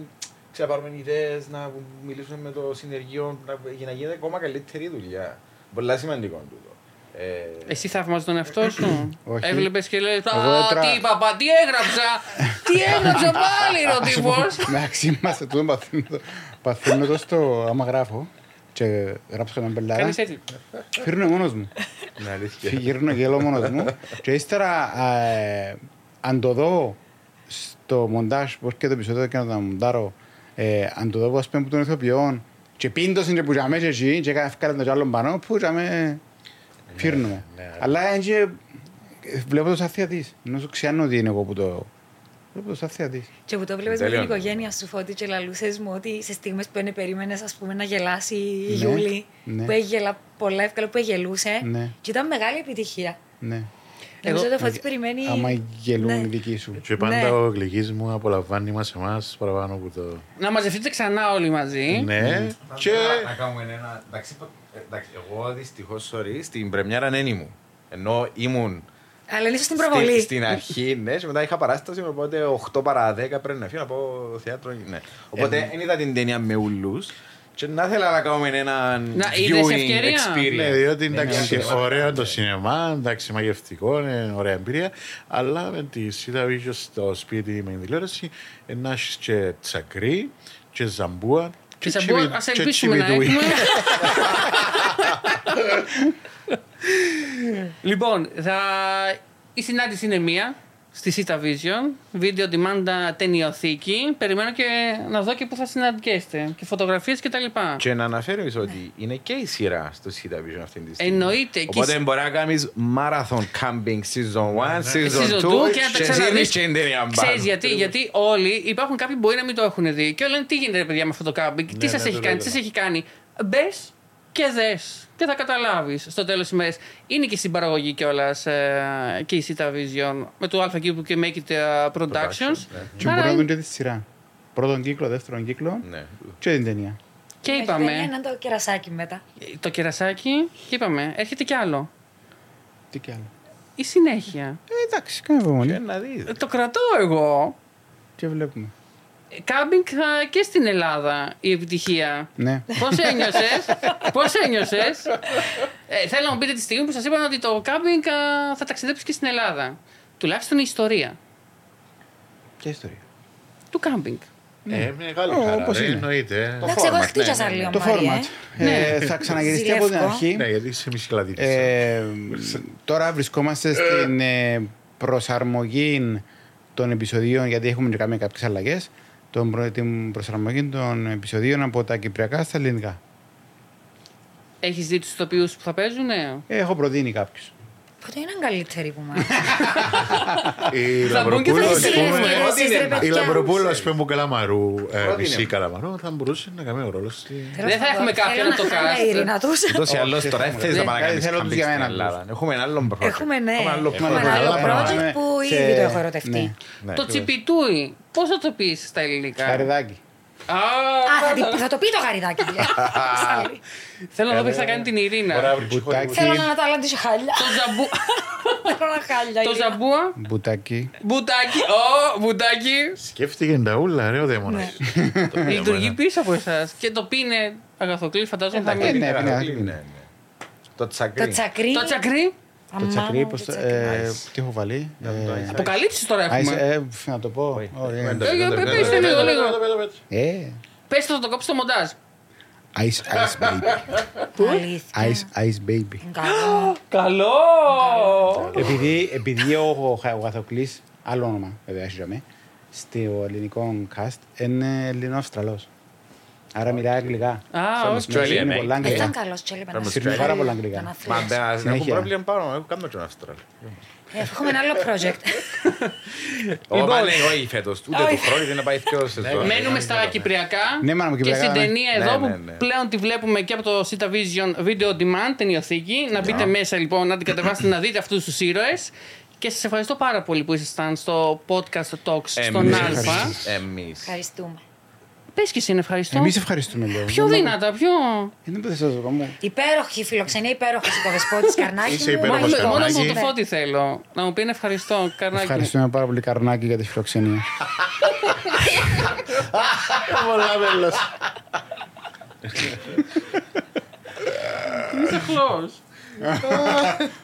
S4: ξέρω, να πάρουμε ιδέες, να μιλήσουμε με το συνεργείο να- για να γίνεται ακόμα καλύτερη δουλειά. Πολλά σημαντικό τούτο. Ε,
S1: Εσύ θαυμάζεις τον εαυτό σου.
S2: Όχι.
S1: Έβλεπες και λες,
S2: Εγώ
S1: α,
S2: έτρα-
S1: τι είπα, πα, τι έγραψα, τι έγραψα πάλι, ρε ο τύπος.
S2: Εντάξει, είμαστε τούτο παθαίνω το- παθαίνω το στο άμα γράφω και γράψω έναν πελάρα.
S1: Κάνεις έτσι.
S2: Φύρνω μόνος μου.
S4: είναι αλήθεια.
S2: Γύρνω γελώ μόνος μου. Και ύστερα, ε, αν το δω στο μοντάζ, πώς και το επεισόδιο και να τα μοντάρω, ε, αν το δω, ας πούμε, που τον ηθοποιόν, και πίντωσαν και που τζαμέ και εκεί, και έφκαλαν το κι άλλον πάνω, που τζαμέ φύρνουμε.
S4: Ναι,
S2: Αλλά έτσι ε, βλέπω το σαν θεατής. Ενώ σου ξιάνω ότι είναι εγώ που το... Βλέπω το σαν θεατής.
S3: Και που το βλέπεις με την
S4: Τέλειωνε.
S3: οικογένεια σου φώτη και λαλούσες μου ότι σε στιγμές που είναι περίμενες ας πούμε να γελάσει η Γιούλη
S2: ναι.
S3: που έχει γελά πολλά εύκολα που εγελούσε
S2: Ναι.
S3: και ήταν μεγάλη επιτυχία.
S2: Ναι.
S3: Νομίζω ότι ο
S4: ε,
S3: Φώτης περιμένει...
S2: Άμα γελούν
S3: Ναι.
S2: οι δικοί σου.
S5: Και πάντα
S3: Ναι.
S5: ο γλυκής μου απολαμβάνει μας εμάς παραπάνω από το...
S1: Να μαζευτείτε ξανά όλοι
S3: Ε?
S1: μαζί.
S5: Ναι, και...
S4: Να κάνουμε ένα. Εντάξει, εντάξει, εγώ δυστυχώς sorry, στην πρεμιέρα δεν ήμουν. Ενώ ήμουν
S3: Αλλά είναι στην
S4: στη-
S3: προβολή.
S4: στην αρχή, ναι, και μετά είχα παράσταση, οπότε 8 παρά 10 πρέπει να φύγω να πάω θέατρο. Ναι.
S1: Ε,
S4: Οπότε δεν είδα την ταινία με ουλούς. Και να ήθελα να κάνουμε ένα
S1: Να, είδες
S4: viewing
S1: ευκαιρία.
S4: experience.
S5: Ναι, διότι εντάξει,
S4: ναι, ναι.
S5: ωραίο το σινεμά, εντάξει, μαγευτικό, είναι ωραία εμπειρία. Αλλά με τη σίδα βίγιο στο σπίτι με την τηλεόραση, να έχεις και τσακρί, και ζαμπούα,
S1: Και σαν πω,
S5: τσιμι-
S1: ας
S5: και
S1: ελπίσουμε να
S5: τσιμιδούι.
S1: έχουμε. λοιπόν, θα... η συνάντηση είναι μία στη Sita Vision, video demand ταινιοθήκη. Περιμένω και να δω και πού θα συναντιέστε και φωτογραφίες και τα λοιπά.
S4: Και να αναφέρει ότι είναι και η σειρά στο CW αυτή τη στιγμή.
S1: Εννοείται. Και
S4: Οπότε
S1: η-
S4: μπορεί να κάνεις marathon camping season 1,
S1: Ε, Season
S4: season 2
S1: two και να τα
S4: και εσύ
S1: ξαναδείς.
S4: είναι και η ταινία Ναι.
S1: Ξέρεις
S4: μπαν.
S1: γιατί, γιατί όλοι υπάρχουν κάποιοι που μπορεί να μην το έχουν δει και όλοι λένε τι γίνεται ρε παιδιά με αυτό το κάμπινγκ, τι
S5: Ναι,
S1: σας
S5: ναι,
S1: έχει
S5: το
S1: κάνει,
S5: λέω.
S1: τι σας έχει κάνει. Μπες, και δες. Και θα καταλάβεις στο τέλος της μέρας. Είναι και στην παραγωγή κιόλας ε, και η Sita Vision με το ΑΚ που και Make It ε, Productions.
S4: ναι.
S2: Και
S1: Άρα
S2: μπορούν να δουν και τη σειρά. Πρώτον κύκλο, δεύτερον κύκλο
S4: Ναι.
S2: και την ταινία.
S1: Και
S3: Έχει
S1: είπαμε.
S3: Ένα το κερασάκι μετά.
S1: Το κερασάκι, και είπαμε, έρχεται κι άλλο.
S2: Τι κι άλλο.
S1: Η συνέχεια.
S2: Ε, εντάξει, κάνε υπομονή.
S4: Και να δεις.
S1: Ε, Το κρατώ εγώ.
S2: Και βλέπουμε.
S1: Ε, Κάμπινγκ α, και στην Ελλάδα η επιτυχία.
S2: Ναι.
S1: Πώς ένιωσες, Πώς ένιωσες. Ε, θέλω να μου πείτε τη στιγμή που σας είπαν ότι το κάμπινγκ α, θα ταξιδέψεις και στην Ελλάδα. Τουλάχιστον η ιστορία
S2: Ποια ιστορία.
S1: του κάμπινγκ.
S5: Ε, μεγάλη
S2: Ω,
S5: χαρά.
S2: όπως
S5: ρε,
S2: είναι. Ε.
S5: Εννοείται.
S4: Το
S3: Εντάξει, εγώ
S4: format,
S3: χτύπησα
S4: ναι, ναι,
S3: λίγο.
S2: Το
S3: Μαρία, Ναι.
S2: format. Ε, θα ξαναγυριστεί από την
S3: Ζηλεύω.
S2: αρχή.
S5: Ναι, γιατί είσαι μισή
S2: Ε, τώρα βρισκόμαστε στην ε, προσαρμογή των επεισοδίων, γιατί έχουμε και κάνει κάποιες αλλαγές. Την προσαρμογή των επεισοδίων από τα κυπριακά στα ελληνικά.
S1: Έχεις δει τους ηθοποιού που θα παίζουν,
S2: Ε, Έχω προτείνει κάποιου.
S3: Πότε είναι καλύτερη που μας.
S5: Η
S1: Θα μπουν και θα
S5: Λαμπροπούλου, ας
S3: Εσύ, ρε,
S5: πούμε,
S3: ρε, εσείς, ρε,
S4: Η
S5: ε, Η
S3: παιδιά.
S5: Λαμπροπούλου, ας πούμε, καλαμαρού, ε,
S4: Πρότεινε.
S5: μισή καλαμαρού, θα μπορούσε να κάνει ρόλος στη.
S3: Τέλος
S1: Δεν θα
S3: πάντων,
S1: έχουμε κάποιον
S3: θέλω
S1: να το
S3: χαλάει
S1: cast.
S3: η ειρήνα τους.
S4: Ούτως ή άλλως
S2: Όχι,
S4: τώρα δεν
S2: θέλω
S4: θέλεις να
S1: τους.
S4: πάνε να κάνεις
S2: Ναι, ε, Θέλω τους
S4: κάμπινγκ
S2: για
S4: στην
S2: μένα τους.
S4: Ελλάδα. Έχουμε ένα άλλο project.
S3: Έχουμε ναι.
S4: Έχουμε ένα άλλο
S3: Έχουμε
S4: project.
S3: ένα άλλο
S2: Έχουμε
S3: project
S2: ένα
S3: που
S2: project.
S3: ήδη το έχω
S2: Ναι.
S3: ερωτευτεί.
S4: Ναι.
S1: το τσιπιτούι, πώς θα το πεις στα ελληνικά.
S2: Χαριδάκι.
S1: Α,
S3: Α, θα,
S1: πάντα.
S3: τη- θα το πει το γαριδάκι. Σάλι.
S1: Θέλω να δω ποιος θα κάνει την Ειρήνα.
S5: Ωραία, αύριο
S2: Μπουτάκι.
S5: ψυχολογικό.
S3: Θέλω να τα αλλάξω χάλια.
S1: Το ζαμπού-
S3: Θέλω να χάλια.
S1: Το
S3: Ειρήνα.
S1: ζαμπούα.
S2: Μπουτάκι.
S1: Μπουτάκι, ω, μπουτάκι.
S5: Σκέφτηκε τα ούλα, ρε, ο
S1: Ναι.
S5: δαίμονα.
S1: Ε, Λειτουργεί πίσω από εσά. Και το πίνε αγαθοκλή, φαντάζομαι θα
S2: Ε,
S1: μείνει.
S2: ναι, ναι,
S4: ναι, ναι. Το
S3: Το
S4: τσακρί.
S3: τσακρί.
S1: Το τσακρί,
S2: Το
S3: Αμάν,
S2: τσακρί, πώς το...
S3: τσακρί.
S2: ε, Τι έχω βάλει.
S4: μου το
S2: ε,
S4: έχεις.
S1: αποκαλύψεις τώρα
S2: άισε,
S1: έχουμε.
S2: ε, φ, Να το πω.
S4: Όχι.
S2: Ωραία.
S4: Δεν το-
S1: Ε,
S4: δεν το-
S1: πε-
S4: δεν
S1: πες
S4: το-
S1: το λίγο,
S4: δεν το-
S1: λίγο.
S2: Ε,
S1: Πες το, θα το κόψει το μοντάζ.
S2: Ice Ice Baby.
S3: Αλήθεια.
S2: Ice Ice Baby.
S3: Καλό.
S1: Καλό!
S2: Επειδή, επειδή ο Χαγουαθοκλής, άλλο όνομα βέβαια έχει ζωμέ, στο ελληνικό cast, είναι Ελληνοαυστραλός. Άρα μιλάει αγγλικά.
S1: Α,
S4: From
S1: όχι.
S4: Australia,
S2: Είναι
S4: mate.
S2: πολλά
S3: Ε, Ήταν
S2: αγγλικά.
S3: καλό Τσέλι
S4: From
S2: Ξέρει πάρα πολλά αγγλικά.
S4: Μα δεν έχουν
S2: Συνέχεια.
S4: πρόβλημα πάνω, έχουν κάνει τον Αυστραλ.
S3: Ε, Έχουμε ένα άλλο project.
S4: Ο Πάνε ναι, όχι φέτος, ούτε του χρόνου δεν πάει πιο σεζόν.
S1: Μένουμε στα κυπριακά
S2: Ναι, μάνα μου,
S1: και
S2: κυπριακά,
S1: στην
S2: ναι.
S1: ταινία
S4: Ναι,
S1: εδώ
S4: ναι,
S1: που
S4: ναι.
S1: πλέον τη βλέπουμε και από το Sita Vision Video On Demand, ταινιοθήκη. Να μπείτε μέσα λοιπόν, να την κατεβάσετε, να δείτε αυτούς τους ήρωες. Και σας ευχαριστώ πάρα πολύ που ήσασταν στο podcast Talks στον
S4: Ε, Εμείς.
S1: Α.
S4: Εμείς.
S3: Ευχαριστούμε.
S1: Πες και εσύ να ευχαριστώ.
S2: Εμείς ευχαριστούμε λίγο.
S1: Πιο δυνατά, πιο.
S2: Είναι που δεν σας δω μου.
S3: Υπέροχη φιλοξενία, υπέροχος οικοδεσπότης Καρνάκη.
S5: Είσαι
S3: μου,
S5: υπέροχος,
S1: Μόνο,
S5: Όπως
S3: μαγικό.
S1: μόνο
S5: Καρνάκη.
S1: μου το φώτι θέλω. Να μου πει ένα ευχαριστώ, καρνάκι. μου.
S2: Ευχαριστούμε πάρα πολύ Καρνάκη για τη φιλοξενία.
S5: Βολάβελος.
S1: Είσαι χλός.